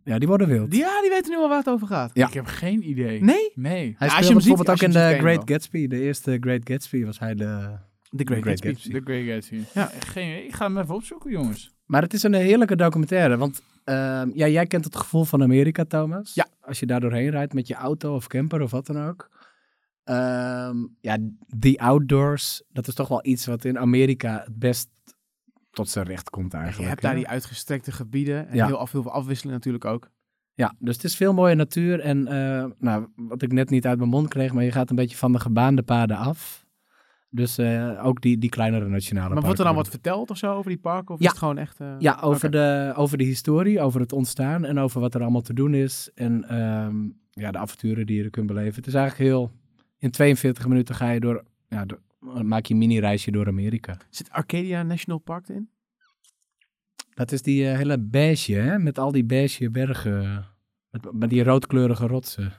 Speaker 3: Ja, die worden wild.
Speaker 1: die, ja, die weten nu al waar het over gaat.
Speaker 3: Ja.
Speaker 2: ik heb geen idee.
Speaker 1: Nee?
Speaker 2: Nee.
Speaker 3: Hij
Speaker 1: Ja, als je hem
Speaker 3: speelde
Speaker 1: ziet-
Speaker 3: bijvoorbeeld
Speaker 1: als je
Speaker 3: ook in
Speaker 1: hem ziet, ken
Speaker 3: de
Speaker 1: je
Speaker 3: Great
Speaker 1: hem
Speaker 3: Gatsby. De eerste Great Gatsby was hij de...
Speaker 1: The
Speaker 3: Great Gatsby.
Speaker 2: The Great Gatsby.
Speaker 1: Ja.
Speaker 2: Ja, geen, ik ga hem even opzoeken, jongens.
Speaker 3: Maar het is een heerlijke documentaire. Want ehm, ja, jij kent het gevoel van Amerika, Thomas.
Speaker 1: Ja.
Speaker 3: Als je daar doorheen rijdt met je auto of camper of wat dan ook. Ehm, ja, die outdoors, dat is toch wel iets wat in Amerika het best tot zijn recht komt eigenlijk.
Speaker 1: Je hebt
Speaker 3: hè?
Speaker 1: daar die uitgestrekte gebieden en
Speaker 3: Ja.
Speaker 1: heel, af- heel veel afwisseling natuurlijk ook.
Speaker 3: Ja, dus het is veel mooie natuur. En eh, nou, wat ik net niet uit mijn mond kreeg, maar je gaat een beetje van de gebaande paden af. Dus eh, ook die, die kleinere nationale
Speaker 1: Maar wordt er dan
Speaker 3: parken.
Speaker 1: wat verteld of zo over die parken? Of
Speaker 3: Ja.
Speaker 1: is het gewoon echt... eh,
Speaker 3: Ja, over,
Speaker 1: oké.
Speaker 3: de, over de historie, over het ontstaan en over wat er allemaal te doen is. En ehm, ja, de avonturen die je er kunt beleven. Het is eigenlijk heel... In 42 minuten ga je door... Ja, door- maak je een mini-reisje door Amerika.
Speaker 1: Zit Arcadia National Park in?
Speaker 3: Dat is die eh, hele beige, hè? Met al die beige bergen. Met, met die roodkleurige rotsen.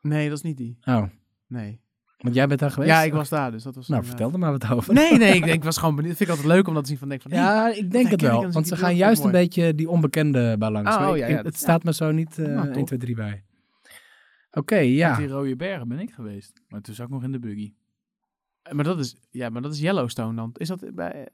Speaker 1: Nee, dat is niet die.
Speaker 3: Oh,
Speaker 1: Nee.
Speaker 3: want jij bent daar geweest?
Speaker 1: Ja, ik was daar, dus dat was...
Speaker 3: Nou,
Speaker 1: een, eh,
Speaker 3: vertel er maar wat over.
Speaker 1: Nee, nee, ik, denk, ik was gewoon benieuwd. Vind ik altijd leuk om dat te zien van denk van... hey,
Speaker 3: Ja, ik denk het
Speaker 1: herken ik
Speaker 3: wel.
Speaker 1: als ik
Speaker 3: Want
Speaker 1: die
Speaker 3: ze
Speaker 1: beelden
Speaker 3: gaan
Speaker 1: vind,
Speaker 3: juist een
Speaker 1: mooi.
Speaker 3: beetje die onbekende balans.
Speaker 1: Oh,
Speaker 3: Maar ik-
Speaker 1: ja, ja,
Speaker 3: het
Speaker 1: dat-
Speaker 3: staat me zo niet eh,
Speaker 1: Nou, tof.
Speaker 3: 1, 2, 3 bij. Oké, ja.
Speaker 2: Met die rode bergen ben ik geweest. Maar toen zat ik nog in de buggy.
Speaker 1: Maar dat is, ja, maar dat is Yellowstone dan. Is dat bij...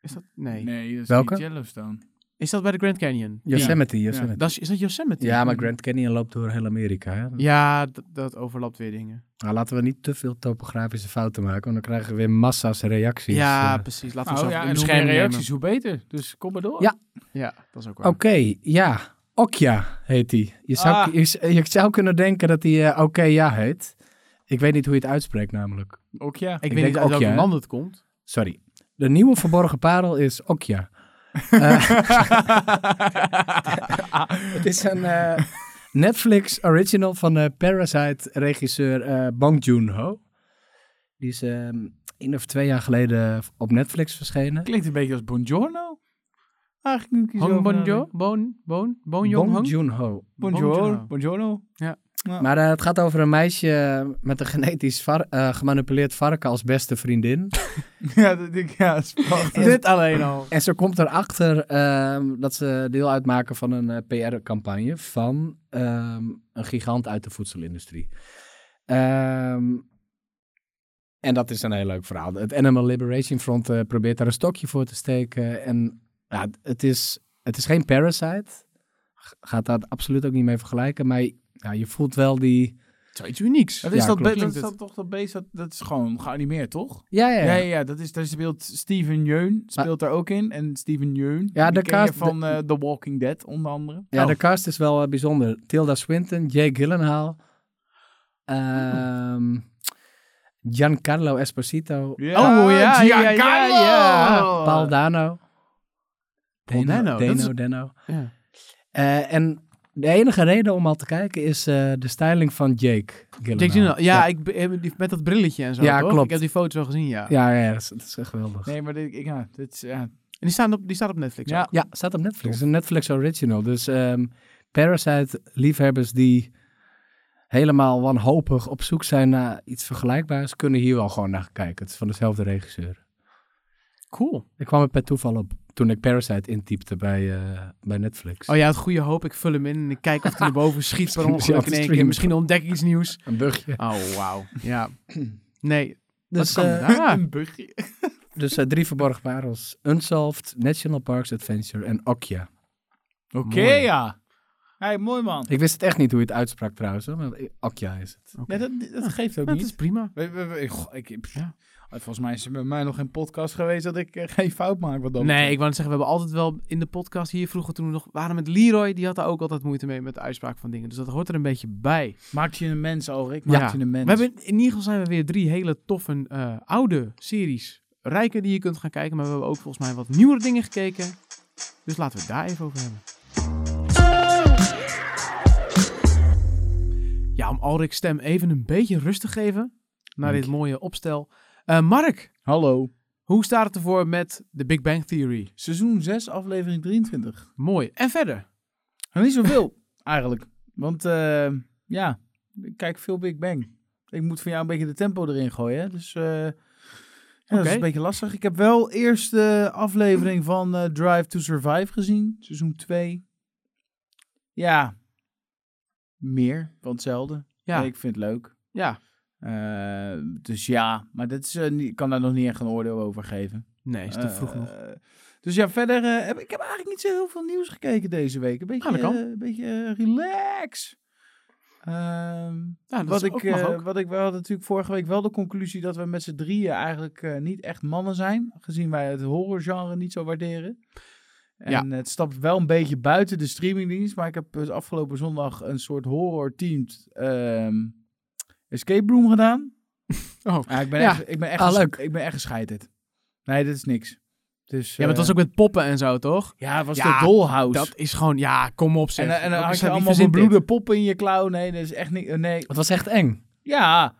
Speaker 1: Is dat... Nee.
Speaker 2: Nee, dat is
Speaker 3: Welke?
Speaker 2: niet Yellowstone.
Speaker 1: Is dat bij de Grand Canyon?
Speaker 3: Yosemite, Yosemite.
Speaker 1: Dat is, is dat Yosemite?
Speaker 3: Ja, maar Grand Canyon loopt door heel Amerika. Hè?
Speaker 1: Ja, d- dat overlapt weer dingen.
Speaker 3: Nou, laten we niet te veel topografische fouten maken, want dan krijgen we weer massa's reacties.
Speaker 1: ja,
Speaker 3: eh.
Speaker 1: precies. Laten we
Speaker 2: Nou
Speaker 1: zo
Speaker 2: ja,
Speaker 1: ja,
Speaker 2: en hoe meer reacties, hoe beter. Dus kom maar door.
Speaker 3: Ja.
Speaker 1: Ja, dat is ook waar.
Speaker 3: Oké, ja. Okja heet die. Je zou,
Speaker 2: Ah.
Speaker 3: je, z- je zou kunnen denken dat die eh Oké ja heet. Ik weet niet hoe je het uitspreekt namelijk.
Speaker 2: Ook ja.
Speaker 1: Ik, weet
Speaker 3: Ik denk
Speaker 1: niet uit
Speaker 3: ook,
Speaker 1: welk
Speaker 3: ja, hè?
Speaker 1: land het komt.
Speaker 3: Sorry. De nieuwe verborgen parel is Okja. Het is een eh, Netflix original van eh, Parasite-regisseur eh Bong Joon-ho. Die is ehm één of twee jaar geleden op Netflix verschenen.
Speaker 2: Klinkt een beetje als Buongiorno. Eigenlijk moet ik
Speaker 1: Hong Bonjo? Bon, Bon, Bon Jong
Speaker 3: Bong
Speaker 1: Hong?
Speaker 3: Joon-ho.
Speaker 2: Buongiorno.
Speaker 1: Buongiorno.
Speaker 2: Buongiorno.
Speaker 1: Ja.
Speaker 3: Maar eh, het gaat over een meisje eh, met een genetisch var- eh, gemanipuleerd varken als beste vriendin.
Speaker 2: Ja, dat denk ik. Ja, dat is prachtig.
Speaker 1: Dit alleen al.
Speaker 3: En ze komt erachter ehm, dat ze deel uitmaken van een PR-campagne van ehm, een gigant uit de voedselindustrie. Ehm, en dat is een heel leuk verhaal. Het Animal Liberation Front eh, probeert daar een stokje voor te steken. En ja, het, is, het is geen parasite. G- Gaat daar absoluut ook niet mee vergelijken. Maar ja, je voelt wel die...
Speaker 1: Zoiets unieks.
Speaker 2: Dat is,
Speaker 3: Ja,
Speaker 2: dat,
Speaker 3: klopt.
Speaker 2: be- dat is
Speaker 1: Klinkt
Speaker 2: dat toch dat beest, dat, dat is gewoon geanimeerd, toch?
Speaker 3: Ja, ja,
Speaker 2: Ja,
Speaker 3: ja.
Speaker 2: ja, ja, dat is, daar speelt Steven Yeun, speelt daar ook in. En Steven Yeun,
Speaker 3: Ja,
Speaker 2: ja,
Speaker 3: de
Speaker 2: de
Speaker 3: cast-
Speaker 2: van eh, The Walking Dead, onder andere.
Speaker 3: Ja,
Speaker 2: Oh,
Speaker 3: de cast is wel eh, bijzonder. Tilda Swinton, Jake Gyllenhaal, ehm, Giancarlo Esposito,
Speaker 2: ja,
Speaker 1: Oh, ja, ja, ja,
Speaker 2: Giancarlo!
Speaker 1: ja.
Speaker 3: Paul Dano.
Speaker 1: Paul
Speaker 3: Dano,
Speaker 1: Dano,
Speaker 3: Dano,
Speaker 1: dat is-
Speaker 3: Dano.
Speaker 1: Ja.
Speaker 3: Eh, en de enige reden om al te kijken is eh, de styling van Jake Gyllenhaal.
Speaker 1: Jake Gyllenhaal. Ja,
Speaker 3: ja,
Speaker 1: Ik, be- heb die- met dat brilletje en zo.
Speaker 3: Ja,
Speaker 1: toch?
Speaker 3: klopt.
Speaker 1: Ik heb die foto's wel gezien, ja.
Speaker 3: ja, ja, dat, is, dat is echt geweldig.
Speaker 2: Nee, maar dit, ik, ja, dit is, ja.
Speaker 1: En die, staan op, die staat op Netflix.
Speaker 2: Ja.
Speaker 1: ook.
Speaker 3: Ja, staat op Netflix. Het is een Netflix original. Dus ehm, Parasite-liefhebbers die helemaal wanhopig op zoek zijn naar iets vergelijkbaars, kunnen hier wel gewoon naar kijken. Het is van dezelfde regisseur.
Speaker 1: Cool.
Speaker 3: Ik kwam er per toeval op toen ik Parasite intypte bij, eh, bij Netflix.
Speaker 1: Oh ja, het goede hoop. Ik vul hem in en ik kijk of hij naar boven schiet per
Speaker 3: Misschien moet je
Speaker 1: ongeluk in één
Speaker 3: aan het
Speaker 1: keer.
Speaker 3: streamen.
Speaker 1: Misschien ontdek ik iets nieuws.
Speaker 3: Een bugje.
Speaker 1: Oh, wauw. Ja. Nee.
Speaker 3: Dus,
Speaker 1: kan
Speaker 3: eh,
Speaker 1: daar?
Speaker 2: Een bugje.
Speaker 3: dus eh, drie verborgen parels. Unsolved, National Parks Adventure en Okja.
Speaker 2: Oké,
Speaker 1: Mooi.
Speaker 2: ja. Hey, mooi man.
Speaker 3: Ik wist het echt niet hoe je het uitsprak trouwens. hoor, Maar eh, Akja is het.
Speaker 2: Nee, dat, Ah, dat geeft ook
Speaker 1: Dat
Speaker 2: niet.
Speaker 1: is prima.
Speaker 2: We- we- we- ik- goh, ik- pff.
Speaker 1: Ja.
Speaker 2: Volgens mij is er bij mij nog geen podcast geweest dat ik eh, geen fout maak. Wat dat
Speaker 1: Nee,
Speaker 2: betreft.
Speaker 1: ik wou net zeggen, we hebben altijd wel in de podcast hier vroeger toen we nog waren met Leroy, die had daar ook altijd moeite mee met de uitspraak van dingen. Dus dat hoort er een beetje bij.
Speaker 2: Maak je een mens, Alrik. Maak
Speaker 1: Ja.
Speaker 2: je een mens.
Speaker 1: We hebben, in ieder geval zijn we weer drie hele toffe eh, oude series. Rijken die je kunt gaan kijken, maar we hebben ook volgens mij wat nieuwere dingen gekeken. Dus laten we het daar even over hebben. Ja, om Alrik's stem even een beetje rust te geven naar
Speaker 3: Dank
Speaker 1: dit mooie opstel. Eh, Mark,
Speaker 2: Hallo.
Speaker 1: hoe staat het ervoor met de Big Bang Theory?
Speaker 2: Seizoen 6, aflevering 23.
Speaker 1: Mooi. En verder?
Speaker 2: Nou, niet zoveel, eigenlijk. Want eh, ja, ik kijk veel Big Bang. Ik moet van jou een beetje de tempo erin gooien. hè. Dus eh, ja, dat
Speaker 1: Oké.
Speaker 2: is een beetje lastig. Ik heb wel eerst de aflevering van eh, Drive to Survive gezien. Seizoen 2. Ja, meer van hetzelfde.
Speaker 1: Ja,
Speaker 2: Ik vind het leuk.
Speaker 1: ja.
Speaker 2: Eh, dus ja, maar dat is, eh, niet- ik kan daar nog niet echt een oordeel over geven.
Speaker 1: Nee, is te vroeg
Speaker 2: Eh,
Speaker 1: nog.
Speaker 2: Dus ja, verder eh, heb ik heb eigenlijk niet zo heel veel nieuws gekeken deze week. Een beetje,
Speaker 1: Ah, dat kan.
Speaker 2: eh, een beetje eh, relax. Ehm,
Speaker 1: Ja, dat
Speaker 2: wat,
Speaker 1: is
Speaker 2: ik,
Speaker 1: ook, mag
Speaker 2: eh,
Speaker 1: ook.
Speaker 2: wat ik, we hadden natuurlijk vorige week wel de conclusie dat we met z'n drieën eigenlijk eh, niet echt mannen zijn. Gezien wij het horrorgenre niet zo waarderen. En
Speaker 1: Ja.
Speaker 2: het stapt wel een beetje buiten de streamingdienst. Maar ik heb dus afgelopen zondag een soort horror-teamed ehm, escape room gedaan.
Speaker 1: Oh.
Speaker 2: Ja, ik ben
Speaker 1: Ja.
Speaker 2: echt, ik ben echt,
Speaker 3: Ah,
Speaker 2: ges-
Speaker 3: leuk.
Speaker 2: Ik ben echt gescheiterd. Nee, dit is niks. Dus,
Speaker 1: Ja, maar het was ook met poppen en zo, toch?
Speaker 2: ja, het was
Speaker 1: Ja,
Speaker 2: de dollhouse.
Speaker 1: Dat is gewoon, ja, kom op zeg.
Speaker 2: en, en dan
Speaker 1: Wat
Speaker 2: had
Speaker 1: is dat?
Speaker 2: je
Speaker 1: Wie
Speaker 2: allemaal
Speaker 1: verzint dit?
Speaker 2: bebloede poppen in je klauw. Nee, dat is echt niet... eh, Nee,
Speaker 3: Het was echt eng.
Speaker 2: ja,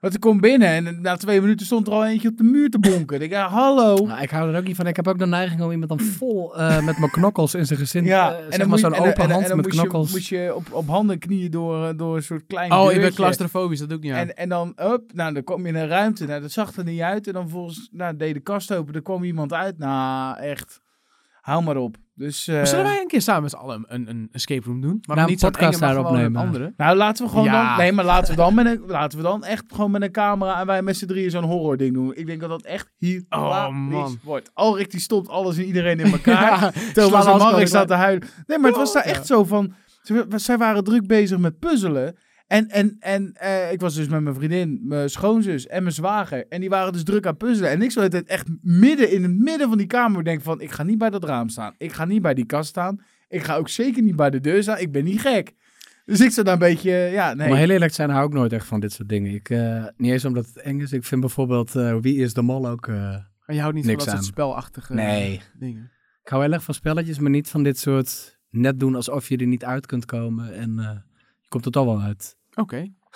Speaker 2: want ik kom binnen en na twee minuten stond er al eentje op de muur te bonken. ik ja, hallo.
Speaker 3: Nou, ik hou er ook niet van. Ik heb ook de neiging om iemand dan vol eh, met mijn knokkels in zijn gezin. Ja,
Speaker 2: en
Speaker 3: eh, zeg maar
Speaker 2: moet je-
Speaker 3: zo'n
Speaker 2: en dan-
Speaker 3: open
Speaker 2: en dan-
Speaker 3: hand
Speaker 2: en dan
Speaker 3: met
Speaker 2: moest je-
Speaker 3: knokkels.
Speaker 2: moest je op, op handen en knieën door, eh, door een soort klein
Speaker 1: Oh, ik ben
Speaker 2: deurtje.
Speaker 1: claustrofobisch, dat doe ik niet aan.
Speaker 2: En, en dan, up, nou, dan kwam je in een ruimte. Nou, dat zag er niet uit. En dan volgens, nou, deed de kast open. Er kwam iemand uit. Nou, echt. Hou maar op. Dus, eh,
Speaker 1: Maar Zullen wij een keer samen met z'n allen een, een escape room doen? Maar
Speaker 3: Nou,
Speaker 1: dan
Speaker 3: een
Speaker 1: niet zo'n
Speaker 3: podcast
Speaker 1: enge, maar
Speaker 3: daar
Speaker 1: gewoon een
Speaker 3: opnemen.
Speaker 1: andere.
Speaker 2: Nou, laten we gewoon
Speaker 1: Ja.
Speaker 2: dan... Nee, maar laten we dan, met een, laten we dan echt gewoon met een camera... en wij met z'n drieën zo'n horror ding doen. Ik denk dat dat echt hilarisch
Speaker 1: Oh, man.
Speaker 2: wordt. Alrik die stopt alles en iedereen in elkaar.
Speaker 3: slaan
Speaker 2: Thomas en
Speaker 3: alles door
Speaker 2: Mark
Speaker 3: elkaar.
Speaker 2: staat te huilen. Nee, maar het was
Speaker 1: Oh,
Speaker 2: daar echt zo van... ze- Zij waren druk bezig met puzzelen. En, en, en eh, ik was dus met mijn vriendin, mijn schoonzus en mijn zwager. En die waren dus druk aan puzzelen. En ik zo het echt midden in het midden van die kamer denken van... ik ga niet bij dat raam staan. Ik ga niet bij die kast staan. Ik ga ook zeker niet bij de deur staan. Ik ben niet gek. Dus ik zo daar een beetje... Ja, nee.
Speaker 3: Om heel eerlijk te zijn hou ik nooit echt van dit soort dingen. Ik, eh, niet eens omdat het eng is. Ik vind bijvoorbeeld eh, Wie is de Mol ook... eh,
Speaker 1: Maar je houdt niet
Speaker 3: Niks
Speaker 1: van dat
Speaker 3: aan.
Speaker 1: soort spelachtige eh, dingen.
Speaker 3: Ik hou heel erg van spelletjes, maar niet van dit soort net doen alsof je er niet uit kunt komen. En eh, je komt er toch wel uit.
Speaker 1: Oké.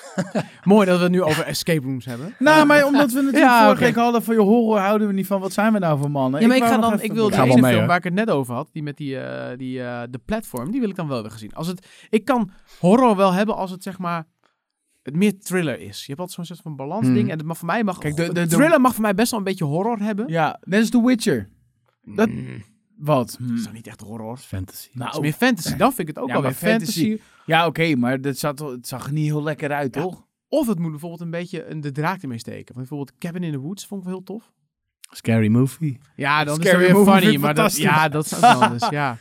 Speaker 1: Mooi dat we het nu over escape rooms hebben.
Speaker 2: Nou, maar omdat we natuurlijk
Speaker 1: Ja,
Speaker 2: vorige
Speaker 1: oké.
Speaker 2: week hadden van... je horror houden we niet van. Wat zijn we nou voor mannen?
Speaker 1: Ja, maar ik,
Speaker 2: wou
Speaker 1: ga
Speaker 2: nog
Speaker 1: dan,
Speaker 2: even-
Speaker 1: ik wil
Speaker 3: Ik
Speaker 1: die
Speaker 3: ga wel
Speaker 1: ene
Speaker 3: mee,
Speaker 1: film
Speaker 3: hoor.
Speaker 1: waar ik het net over had, die met die, eh, die eh, de platform, die wil ik dan wel hebben gezien. Als het, ik kan horror wel hebben als het zeg maar het meer thriller is. Je hebt altijd zo'n soort van balansding
Speaker 3: Hmm.
Speaker 1: en het mag voor mij mag
Speaker 2: Kijk, de- de- de-
Speaker 1: thriller mag voor mij best wel een beetje horror hebben.
Speaker 2: Ja, net als The Witcher. dat-
Speaker 1: Mm,
Speaker 2: Wat? Hm.
Speaker 1: dat is dan niet echt horror.
Speaker 3: Fantasy.
Speaker 1: Het is meer fantasy. Dan vind ik het ook
Speaker 2: Ja,
Speaker 1: wel
Speaker 2: maar
Speaker 1: weer fantasy.
Speaker 2: fantasy- Ja, oké, maar dat zat, het zag er niet heel lekker uit,
Speaker 1: Ja.
Speaker 2: toch?
Speaker 1: Of het moet bijvoorbeeld een beetje een, de draak ermee steken. Want bijvoorbeeld Cabin in the Woods vond ik wel heel tof.
Speaker 3: Scary movie.
Speaker 1: Ja, dan
Speaker 2: Scary
Speaker 1: is het weer
Speaker 2: Movie vind
Speaker 1: funny.
Speaker 2: ik
Speaker 1: Maar dat,
Speaker 2: fantastisch.
Speaker 1: ja, dat is ook wel anders. Ja.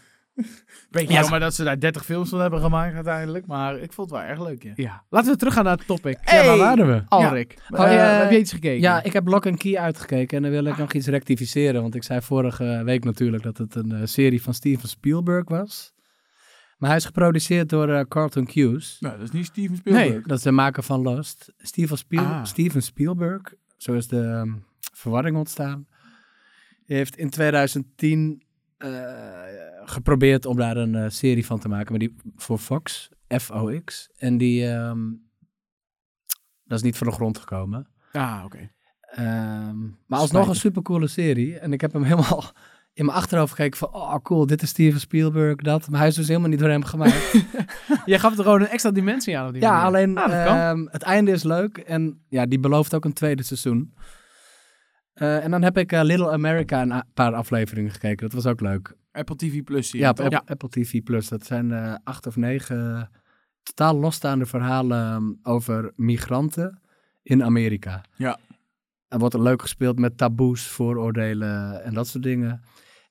Speaker 2: Beetje
Speaker 1: Ja,
Speaker 2: jammer dat ze daar 30 films van hebben gemaakt uiteindelijk, maar ik vond het wel erg leuk, ja.
Speaker 1: ja. Laten we teruggaan naar het topic.
Speaker 2: Hey!
Speaker 3: Ja, waar waren we?
Speaker 1: Alrik,
Speaker 3: Ja.
Speaker 1: eh,
Speaker 3: Eh,
Speaker 1: heb je iets gekeken?
Speaker 3: Ja, ik heb Lock and Key uitgekeken en dan wil ik nog iets rectificeren. Want ik zei vorige week natuurlijk dat het een eh, serie van Steven Spielberg was. Maar hij is geproduceerd door eh, Carlton Cuse.
Speaker 2: Nou, dat is niet Steven
Speaker 1: Spielberg.
Speaker 2: Nee.
Speaker 3: Dat is de maker van Lost. Steven, Spiel-
Speaker 1: Ah.
Speaker 3: Steven Spielberg, zo is de ehm, verwarring ontstaan, die heeft in 2010 eh, geprobeerd om daar een eh, serie van te maken, maar die voor Fox, FOX. En die, ehm, dat is niet van de grond gekomen.
Speaker 1: Ah, oké.
Speaker 3: Ehm, maar alsnog
Speaker 1: Spijtig.
Speaker 3: een supercoole serie. En ik heb hem helemaal in mijn achterhoofd gekeken van, oh cool, dit is Steven Spielberg, dat. Maar hij is dus helemaal niet door hem gemaakt.
Speaker 1: Jij gaf er gewoon een extra dimensie aan op die
Speaker 3: Ja,
Speaker 1: manier.
Speaker 3: alleen
Speaker 1: Ah, dat kan.
Speaker 3: ehm, het einde is leuk en ja, die belooft ook een tweede seizoen. Eh, en dan heb ik eh, Little America een a- paar afleveringen gekeken. Dat was ook leuk.
Speaker 2: Apple TV Plus
Speaker 3: Ja, op App- Apple TV Plus. Dat zijn eh, acht of negen totaal losstaande verhalen ehm, over migranten in Amerika.
Speaker 2: Ja.
Speaker 3: Er wordt leuk gespeeld met taboes, vooroordelen en dat soort dingen.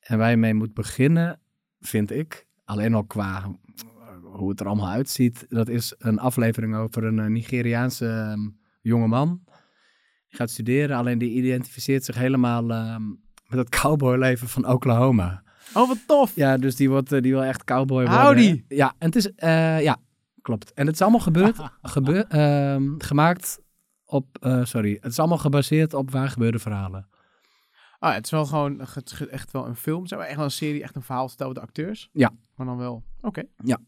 Speaker 3: En waar je mee moet beginnen, vind ik, alleen al qua eh, hoe het er allemaal uitziet. Dat is een aflevering over een eh, Nigeriaanse ehm, jongeman. Die gaat studeren, alleen die identificeert zich helemaal ehm, met het cowboyleven van Oklahoma.
Speaker 1: Oh, wat tof.
Speaker 3: Ja, dus die, wordt, eh, die wil echt cowboy worden.
Speaker 1: Howdy.
Speaker 3: Ja, en het is... eh, ja, klopt. En het is allemaal gebeurd, gebeur, ehm, gemaakt op... eh, sorry, het is allemaal gebaseerd op waar gebeurde verhalen.
Speaker 1: Ah, het is wel gewoon een ge- ge- echt wel een film. Zeg maar echt wel een serie, echt een verhaal verteld door de acteurs.
Speaker 3: Ja.
Speaker 1: Maar dan wel. Oké.
Speaker 2: Ja,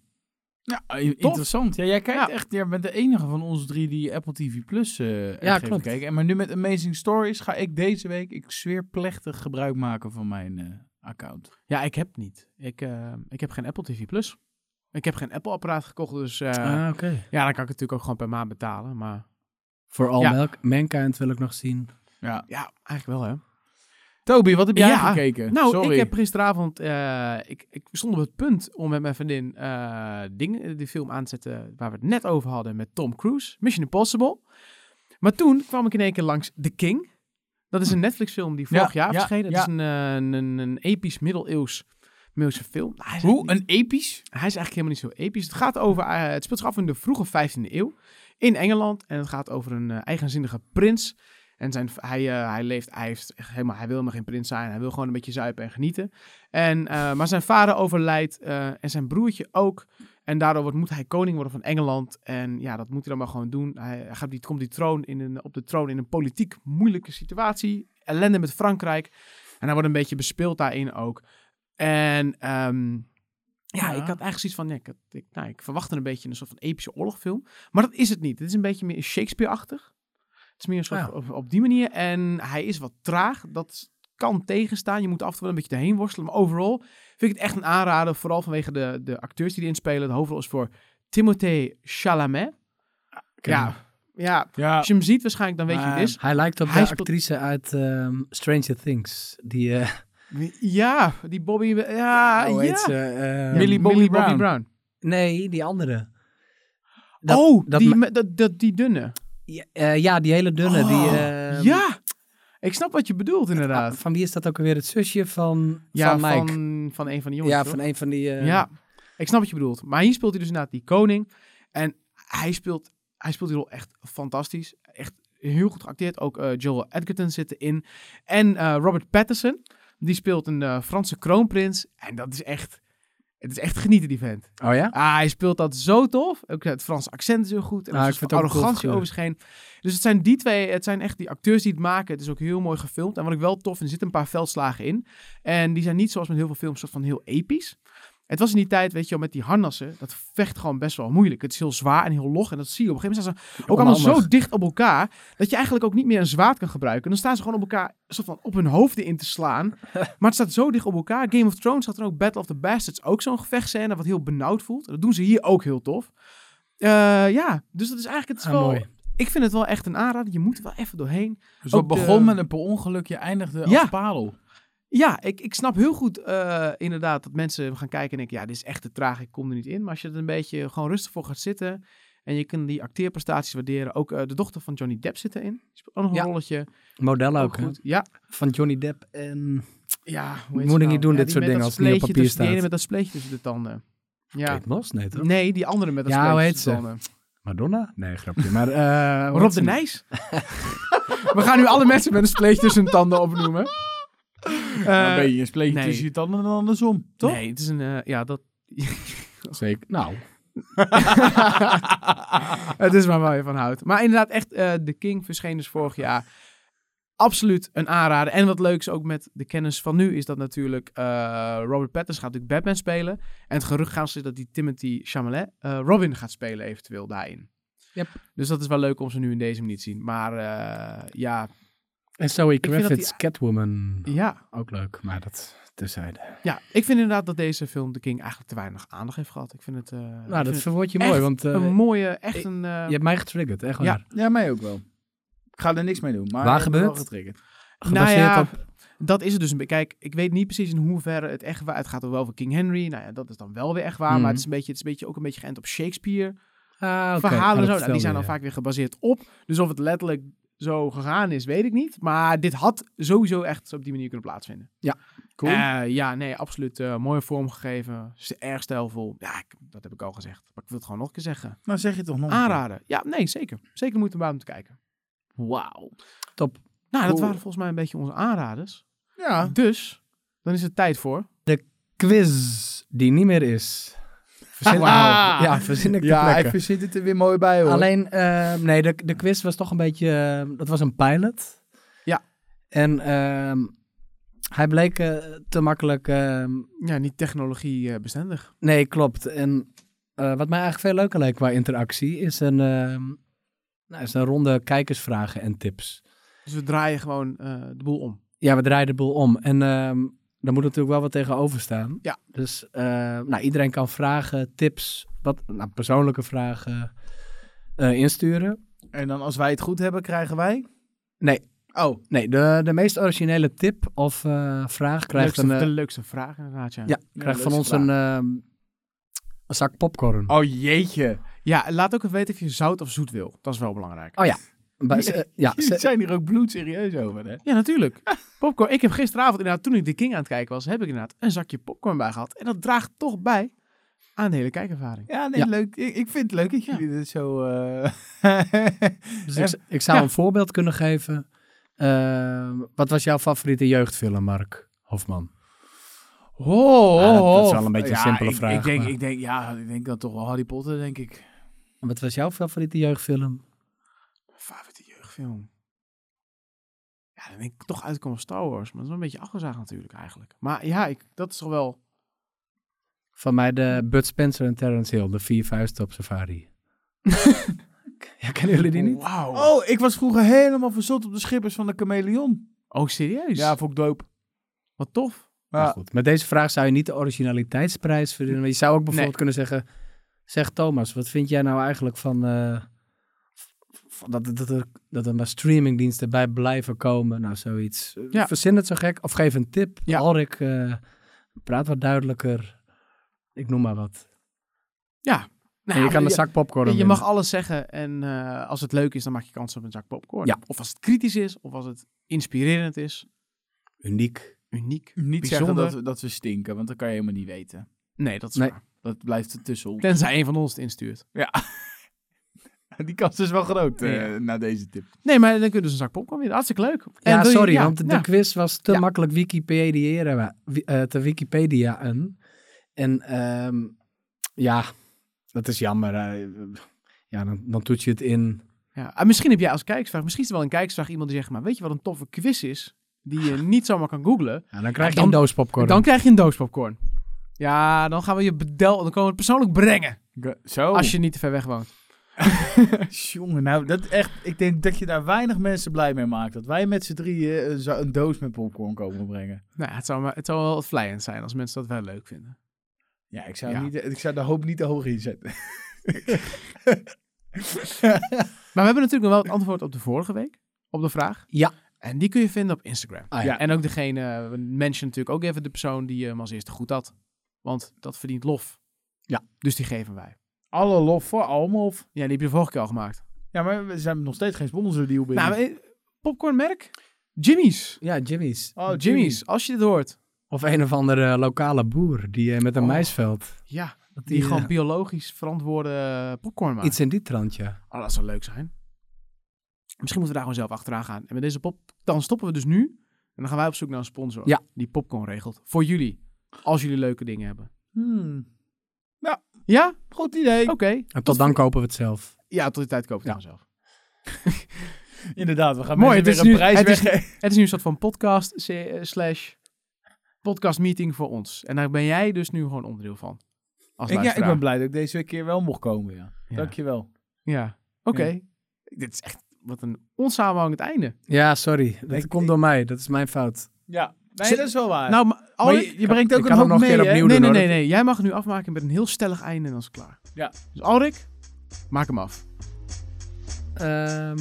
Speaker 1: Ah,
Speaker 2: i- interessant. Ja, jij kijkt echt, jij bent de enige van ons drie die Apple TV Plus eh ja,
Speaker 3: klopt.
Speaker 2: kijken. En maar nu met Amazing Stories ga ik deze week, ik zweer plechtig gebruik maken van mijn eh, account.
Speaker 1: Ja, ik heb niet. Ik, eh, ik heb geen Apple TV Plus. Ik heb geen Apple apparaat gekocht, dus eh,
Speaker 3: oké.
Speaker 1: ja, dan kan ik het natuurlijk ook gewoon per maand betalen. Maar
Speaker 3: Voor All
Speaker 1: Ja.
Speaker 3: Milk- Mankind wil ik nog zien.
Speaker 2: Ja.
Speaker 1: ja, eigenlijk wel hè.
Speaker 2: Toby, wat heb jij
Speaker 1: Ja.
Speaker 2: gekeken?
Speaker 1: Nou,
Speaker 2: Sorry.
Speaker 1: ik heb gisteravond, eh, ik, ik stond op het punt om met mijn vriendin eh, dingen, die film aan te zetten waar we het net over hadden met Tom Cruise, Mission Impossible. Maar toen kwam ik in één keer langs The King. Dat is een Netflix film die
Speaker 2: Hm. Ja,
Speaker 1: vorig jaar
Speaker 2: ja,
Speaker 1: verschenen.
Speaker 2: ja.
Speaker 1: Het is een, eh, een, een, een episch middeleeuws middeleeuwse film. Hij is
Speaker 2: Hoe? Een episch?
Speaker 1: Hij is eigenlijk helemaal niet zo episch. Het gaat over, eh, het speelt zich af in de vroege 15e eeuw in Engeland. En het gaat over een eh, eigenzinnige prins. En zijn, hij, eh, hij leeft, hij, heeft echt helemaal, hij wil helemaal geen prins zijn. Hij wil gewoon een beetje zuipen en genieten. En, eh, maar zijn vader overlijdt eh, en zijn broertje ook. En daardoor wordt, moet hij koning worden van Engeland. En ja, dat moet hij dan maar gewoon doen. Hij hij gaat die, komt die troon in een, op de troon in een politiek moeilijke situatie. Ellende met Frankrijk. En hij wordt een beetje bespeeld daarin ook. En ehm, ja,
Speaker 2: Ja.
Speaker 1: ik had eigenlijk zoiets van, ja, ik, had- ik, nou, ik verwachtte een beetje een soort van epische oorlogfilm. Maar dat is het niet. Het is een beetje meer Shakespeare-achtig. Het is meer een soort
Speaker 3: Ah, Ja.
Speaker 1: op, op die manier. En hij is wat traag. Dat kan tegenstaan. Je moet af en toe wel een beetje erheen worstelen. Maar overal vind ik het echt een aanrader. Vooral vanwege de, de acteurs die erin spelen. De hoofdrol is voor Timothée Chalamet. Ja,
Speaker 3: Ah.
Speaker 1: ja.
Speaker 2: Ja.
Speaker 1: Als je hem ziet waarschijnlijk, dan weet je wie het is.
Speaker 3: Hij lijkt op
Speaker 1: Hij
Speaker 3: de
Speaker 1: speelt-
Speaker 3: actrice uit ehm, Stranger Things. Die, eh,
Speaker 1: Ja, die Bobby... Ja,
Speaker 3: hoe
Speaker 1: Ah, ja.
Speaker 3: heet ze? Ehm,
Speaker 2: Millie Bobby Brown.
Speaker 3: Nee, die andere. Dat-
Speaker 1: oh,
Speaker 3: dat
Speaker 1: die,
Speaker 3: me-
Speaker 1: me- dat, dat, die dunne.
Speaker 3: Ja, eh, ja, die hele dunne. die,
Speaker 1: Oh,
Speaker 3: ehm,
Speaker 1: ja, ik snap wat je bedoelt
Speaker 3: ah,
Speaker 1: inderdaad.
Speaker 3: Van wie is dat ook alweer? Het zusje van,
Speaker 1: Ja,
Speaker 3: van Mike.
Speaker 1: van, van een van die jongens.
Speaker 3: ja,
Speaker 1: toch?
Speaker 3: van een van die... eh,
Speaker 1: ja, ik snap wat je bedoelt. Maar hier speelt hij dus inderdaad die koning. En hij speelt, hij speelt die rol echt fantastisch. Echt heel goed geacteerd. Ook eh, Joel Edgerton zit erin. En eh, Robert Pattinson, die speelt een eh, Franse kroonprins. En dat is echt, het is echt genieten die vent.
Speaker 3: Oh ja?
Speaker 1: Ah, hij speelt dat zo tof. Ook het Franse accent is heel goed. En
Speaker 3: Ah,
Speaker 1: er
Speaker 3: ik
Speaker 1: is
Speaker 3: vind
Speaker 1: een
Speaker 3: het ook een
Speaker 1: arrogantie
Speaker 3: cool
Speaker 1: over zich heen. Dus het zijn die twee, het zijn echt die acteurs die het maken. Het is ook heel mooi gefilmd. En wat ik wel tof vind, er zitten een paar veldslagen in. En die zijn niet zoals met heel veel films, soort van heel episch. Het was in die tijd, weet je wel, met die harnassen, dat vecht gewoon best wel moeilijk. Het is heel zwaar en heel log en dat zie je op een gegeven moment. Staan ze ook allemaal
Speaker 3: Onhandig.
Speaker 1: zo dicht op elkaar, dat je eigenlijk ook niet meer een zwaard kan gebruiken. En dan staan ze gewoon op elkaar, soort van op hun hoofden in te slaan. Maar het staat zo dicht op elkaar. Game of Thrones had dan ook Battle of the Bastards. Ook zo'n gevechtscène wat heel benauwd voelt. Dat doen ze hier ook heel tof. Eh, ja, dus dat is eigenlijk het is
Speaker 3: Ah,
Speaker 1: wel-
Speaker 3: mooi.
Speaker 1: Ik vind het wel echt een aanrader. Je moet er wel even doorheen.
Speaker 2: Dus wat
Speaker 1: Ook de-
Speaker 2: begon met een per ongeluk, je eindigde als
Speaker 1: Ja.
Speaker 2: parel.
Speaker 1: Ja, ik, ik snap heel goed eh, inderdaad dat mensen gaan kijken en denken... ja, dit is echt te traag, ik kom er niet in. Maar als je er een beetje gewoon rustig voor gaat zitten... en je kunt die acteerprestaties waarderen. Ook eh, de dochter van Johnny Depp zit erin. Die speelt ook nog een
Speaker 3: Ja.
Speaker 1: rolletje.
Speaker 3: Model ook,
Speaker 1: Ook
Speaker 3: hè?
Speaker 1: Oh, goed. Ja,
Speaker 3: Van Johnny Depp en...
Speaker 1: ja hoe heet
Speaker 3: Moet
Speaker 1: ze
Speaker 3: ik
Speaker 1: nou?
Speaker 3: niet doen,
Speaker 1: Ja,
Speaker 3: dit
Speaker 1: die
Speaker 3: soort
Speaker 1: met
Speaker 3: dingen,
Speaker 1: dat
Speaker 3: als het niet op
Speaker 1: spleetje
Speaker 3: papier
Speaker 1: tussen- Die ene
Speaker 3: staat.
Speaker 1: met dat spleetje tussen de tanden. Ja.
Speaker 3: Kate Moss? Nee, toch?
Speaker 1: Nee, die andere met dat
Speaker 3: Ja, hoe
Speaker 1: spleetje
Speaker 3: heet ze?
Speaker 1: tussen de tanden.
Speaker 3: Madonna? Nee, grapje. Maar, eh, hoe
Speaker 1: Rob
Speaker 3: heet
Speaker 1: de
Speaker 3: ze nou?
Speaker 1: Nijs. We gaan nu alle mensen met een spleetje tussen hun tanden opnoemen.
Speaker 2: Dan
Speaker 1: Eh,
Speaker 2: Nou, ben je een spleetje
Speaker 1: nee.
Speaker 2: tussen je tanden en andersom, toch?
Speaker 1: Nee, het is een... eh, ja, dat...
Speaker 3: Zeker. Nou,
Speaker 1: het is maar waar je van houdt. Maar inderdaad, echt, eh The King verscheen dus vorig jaar. Absoluut een aanrader. En wat leuks ook met de kennis van nu is dat natuurlijk eh, Robert Pattinson gaat natuurlijk Batman spelen. En het gerucht gaat is dat die Timothy Chalamet eh, Robin gaat spelen eventueel daarin.
Speaker 3: Yep.
Speaker 1: Dus dat is wel leuk om ze nu in deze niet te zien. Maar eh, ja,
Speaker 3: en Zoe
Speaker 1: vind dat
Speaker 3: Kravitz, Catwoman.
Speaker 1: ja,
Speaker 3: Ook leuk, maar dat terzijde.
Speaker 1: Ja, ik vind inderdaad dat deze film The King eigenlijk te weinig aandacht heeft gehad. Ik vind het, eh, ik
Speaker 3: Nou,
Speaker 1: vind
Speaker 3: dat
Speaker 1: het
Speaker 3: verwoord je
Speaker 1: echt
Speaker 3: mooi, want eh,
Speaker 1: een mooie, echt
Speaker 3: ik-
Speaker 1: een... eh,
Speaker 3: je hebt mij getriggerd, echt waar.
Speaker 1: Ja. Nou
Speaker 2: Ja, mij ook wel. Ik ga er niks mee doen, maar...
Speaker 3: Waar
Speaker 2: ik ben wel
Speaker 3: gebeurt?
Speaker 2: getriggerd.
Speaker 1: nou
Speaker 3: Gebaseerd
Speaker 1: ja,
Speaker 3: op...
Speaker 1: dat is het dus. een be- Kijk, ik weet niet precies in hoeverre het echt waar... Het gaat er wel over King Henry. Nou ja, dat is dan wel weer echt waar.
Speaker 3: Mhm.
Speaker 1: Maar het is, een beetje, het is een beetje ook een beetje geënt op Shakespeare.
Speaker 3: Ah, oké.
Speaker 1: verhalen
Speaker 3: Ah,
Speaker 1: en zo.
Speaker 3: dat
Speaker 1: Nou, die zijn
Speaker 3: vertelde
Speaker 1: dan
Speaker 3: je.
Speaker 1: vaak weer gebaseerd op. Dus of het letterlijk zo gegaan is, weet ik niet. Maar dit had sowieso echt op die manier kunnen plaatsvinden.
Speaker 3: Ja. Cool.
Speaker 1: Eh, ja, nee, absoluut. eh, mooie vorm gegeven. Is Erg stijlvol. Ja, ik- dat heb ik al gezegd. Maar ik wil het gewoon nog een keer zeggen.
Speaker 2: Nou zeg je toch nog. een keer.
Speaker 1: Aanraden. Ja, nee, zeker. Zeker de moeite waard om te kijken.
Speaker 2: Wauw.
Speaker 3: Top.
Speaker 1: Nou, dat
Speaker 3: Cool.
Speaker 1: waren volgens mij een beetje onze aanraders.
Speaker 2: Ja.
Speaker 1: Dus, dan is het tijd voor.
Speaker 3: Quiz die niet meer is.
Speaker 1: Ah.
Speaker 3: Verzin, oh,
Speaker 2: Wauw.
Speaker 3: Ja, verzin ik de
Speaker 2: Ja,
Speaker 3: plekken.
Speaker 2: hij verzint het er weer mooi bij hoor.
Speaker 3: Alleen, ehm, nee, de, de quiz was toch een beetje. ehm, dat was een pilot.
Speaker 1: Ja.
Speaker 3: En ehm, hij bleek eh, te makkelijk. ehm,
Speaker 1: Ja, niet technologie eh, bestendig.
Speaker 3: nee, klopt. En eh, wat mij eigenlijk veel leuker leek qua interactie is een, ehm, nou, is een ronde kijkersvragen en tips.
Speaker 1: Dus we draaien gewoon eh, de boel om.
Speaker 3: Ja, we draaien de boel om. En ehm daar moet natuurlijk wel wat tegenover staan.
Speaker 1: Ja.
Speaker 3: Dus eh, nou, iedereen kan vragen, tips, wat, nou, persoonlijke vragen eh, insturen.
Speaker 2: En dan als wij het goed hebben, krijgen wij.
Speaker 3: Oh, nee. De, de meest originele tip of eh, vraag krijgt,
Speaker 1: Leukste,
Speaker 3: een, eh,
Speaker 1: de leukste vraag inderdaad, ja.
Speaker 3: ja, krijgt van
Speaker 2: leukste
Speaker 3: ons een, ehm, een zak popcorn.
Speaker 2: Oh jeetje.
Speaker 1: Ja, laat ook even weten of je zout of zoet wil. Dat is wel belangrijk.
Speaker 3: Oh, Bij- ze- ja,
Speaker 2: Jullie
Speaker 3: ze-
Speaker 2: zijn hier ook bloedserieus over, hè?
Speaker 1: Ja, natuurlijk. Popcorn. Ik heb gisteravond inderdaad, toen ik de King aan het kijken was, heb ik inderdaad een zakje popcorn bij gehad. En dat draagt toch bij aan de hele kijkervaring.
Speaker 2: Ja, nee,
Speaker 3: Ja.
Speaker 2: leuk. Ik, ik vind het leuk dat jullie dit zo... eh,
Speaker 3: dus ik, ik zou
Speaker 1: Ja.
Speaker 3: een voorbeeld kunnen geven. Ehm, wat was jouw favoriete jeugdfilm, Mark Hofman?
Speaker 2: Oh,
Speaker 3: Ah, dat- dat
Speaker 2: oh,
Speaker 3: is wel een beetje een
Speaker 2: ja,
Speaker 3: simpele
Speaker 2: ik,
Speaker 3: vraag,
Speaker 2: Ik denk,
Speaker 3: maar-
Speaker 2: ik denk, ja, ik denk dan toch wel Harry Potter, denk ik.
Speaker 3: Wat was jouw favoriete jeugdfilm?
Speaker 1: Favoriete jeugdfilm. Ja, dan denk ik toch uitkomen op Star Wars. Maar dat is wel een beetje afgezaagd natuurlijk eigenlijk. Maar ja, ik, dat is toch wel...
Speaker 3: Van mij de Bud Spencer en Terence Hill, de vier vuisten op safari. ja, kennen jullie die niet?
Speaker 1: Wauw. Oh.
Speaker 2: Oh, ik was vroeger helemaal verzot op de schippers van de chameleon.
Speaker 1: Oh, serieus?
Speaker 2: Ja, vond ik doop.
Speaker 1: Wat tof.
Speaker 3: Maar goed, met deze vraag zou je niet de originaliteitsprijs verdienen. Maar je zou ook bijvoorbeeld
Speaker 1: Nee.
Speaker 3: kunnen zeggen... Zeg Thomas, wat vind jij nou eigenlijk van... eh, van dat, dat, er, dat er maar streamingdiensten bij blijven komen? Nou, zoiets.
Speaker 1: Ja.
Speaker 3: Verzin het zo gek. Of geef een tip.
Speaker 1: Ja.
Speaker 3: Alrik, eh, praat wat duidelijker. Ik noem maar wat. En je kan een
Speaker 1: ja,
Speaker 3: zak popcorn
Speaker 1: Nou, je
Speaker 3: winnen.
Speaker 1: mag alles zeggen. En eh, als het leuk is, dan maak je kans op een zak popcorn.
Speaker 3: Ja.
Speaker 1: Of als het kritisch is, of als het inspirerend is.
Speaker 3: Uniek.
Speaker 1: Uniek.
Speaker 2: Niet
Speaker 1: Bijzonder.
Speaker 2: zeggen dat, we- dat we stinken, want dat kan je helemaal niet weten.
Speaker 1: Nee, dat is
Speaker 3: Nee.
Speaker 1: waar.
Speaker 2: Dat blijft er tussen ons.
Speaker 1: Tenzij een van ons het instuurt.
Speaker 2: Die kans is wel groot eh,
Speaker 1: Ja.
Speaker 2: na deze tip.
Speaker 1: Nee, maar dan kunnen ze een zak popcorn winnen. Hartstikke leuk. En
Speaker 3: Ja,
Speaker 1: wil je-
Speaker 3: sorry,
Speaker 1: ja,
Speaker 3: want de
Speaker 1: ja.
Speaker 3: quiz was te
Speaker 1: Ja.
Speaker 3: makkelijk Wikipediëren, wi- eh, te Wikipediaen. En ehm, ja, dat is jammer. eh. ja, dan, dan toets je het in.
Speaker 1: Ja, en misschien heb jij als kijksvraag, misschien is er wel een kijksvraag iemand die zegt, maar weet je wat een toffe quiz is, die je niet zomaar kan googlen?
Speaker 3: Ja, Oh, dan krijg
Speaker 1: Ja,
Speaker 3: je een
Speaker 1: dan-
Speaker 3: doos popcorn.
Speaker 1: Dan krijg je een doos popcorn. Ja, dan gaan we je bedel, dan komen we het persoonlijk brengen,
Speaker 2: Go- Zo.
Speaker 3: Oh.
Speaker 1: als je niet te ver weg woont.
Speaker 2: Jongen, nou, dat echt, ik denk dat je daar weinig mensen blij mee maakt. Dat wij met z'n drieën eh, zo- een doos met popcorn komen brengen.
Speaker 1: Nou, ja, het zou, maar, het zou wel vlijend zijn als mensen dat wel leuk vinden.
Speaker 2: Ja, ik zou,
Speaker 1: Ja.
Speaker 2: Niet, ik zou de hoop niet te hoog inzetten.
Speaker 1: Maar we hebben natuurlijk nog wel het antwoord op de vorige week, op de vraag.
Speaker 3: Ja.
Speaker 1: En die kun je vinden op Instagram.
Speaker 3: Ah, ja.
Speaker 2: Ja.
Speaker 1: En ook degene, we mention natuurlijk ook even de persoon die eh, hem als eerste goed had. Want dat verdient lof.
Speaker 3: Ja.
Speaker 1: Dus die geven wij.
Speaker 2: Alle lof voor Almof.
Speaker 1: Ja, die heb je de vorige keer al gemaakt.
Speaker 2: Ja, maar we zijn nog steeds geen sponsordeal binnen.
Speaker 1: Nou, eh, popcornmerk? Jimmy's.
Speaker 3: Ja, Jimmy's.
Speaker 2: oh,
Speaker 1: Jimmy's, als je dit hoort.
Speaker 3: Of een of andere lokale boer die eh, met een
Speaker 1: Oh.
Speaker 3: maisveld.
Speaker 1: Ja,
Speaker 3: Dat
Speaker 1: die gewoon biologisch verantwoorde eh, popcorn
Speaker 3: eh,
Speaker 1: maken.
Speaker 3: iets in die trant, ja.
Speaker 1: Oh, dat zou leuk zijn. Misschien moeten we daar gewoon zelf achteraan gaan. En met deze pop... Dan stoppen we dus nu. En dan gaan wij op zoek naar een sponsor.
Speaker 3: Ja.
Speaker 1: Die popcorn regelt. Voor jullie. Als jullie leuke dingen hebben.
Speaker 2: Hmm.
Speaker 1: Ja?
Speaker 2: Goed idee.
Speaker 1: Oké.
Speaker 3: En tot dan kopen we het zelf.
Speaker 1: Ja, tot die tijd koop je
Speaker 3: Ja.
Speaker 1: het dan zelf.
Speaker 2: Inderdaad, we gaan
Speaker 1: Mooi,
Speaker 2: mensen
Speaker 1: het is
Speaker 2: weer
Speaker 1: nu-
Speaker 2: een prijs
Speaker 1: het is-
Speaker 2: weggeven.
Speaker 1: Het is nu een soort van podcast se- eh, slash podcast meeting voor ons. En daar ben jij dus nu gewoon onderdeel van. Als
Speaker 2: Ik, ja, ik
Speaker 1: luisteraar.
Speaker 2: ben blij dat ik deze keer wel mocht komen, ja.
Speaker 1: Ja.
Speaker 2: Dankjewel.
Speaker 1: Ja, oké. Dit is echt wat een onsamenhangend einde.
Speaker 3: Ja, sorry. Dat
Speaker 2: Ik-
Speaker 3: komt door mij. Dat is mijn fout.
Speaker 2: Ja, nee,
Speaker 1: Zit-
Speaker 2: dat is wel waar.
Speaker 1: Nou, maar, al-
Speaker 2: Maar je, je brengt ook
Speaker 3: ik
Speaker 2: een
Speaker 3: kan hem
Speaker 2: hoop
Speaker 3: nog een
Speaker 2: mee,
Speaker 3: keer
Speaker 2: hè?
Speaker 3: opnieuw
Speaker 1: nee,
Speaker 3: doen,
Speaker 1: nee,
Speaker 3: hoor.
Speaker 1: nee, nee. Jij mag het nu afmaken met een heel stellig einde en dan is het klaar.
Speaker 2: Ja.
Speaker 1: Dus Alrik, maak hem af.
Speaker 3: Ehm,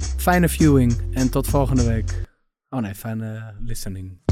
Speaker 3: fijne viewing en tot volgende week. Oh nee, fijne listening.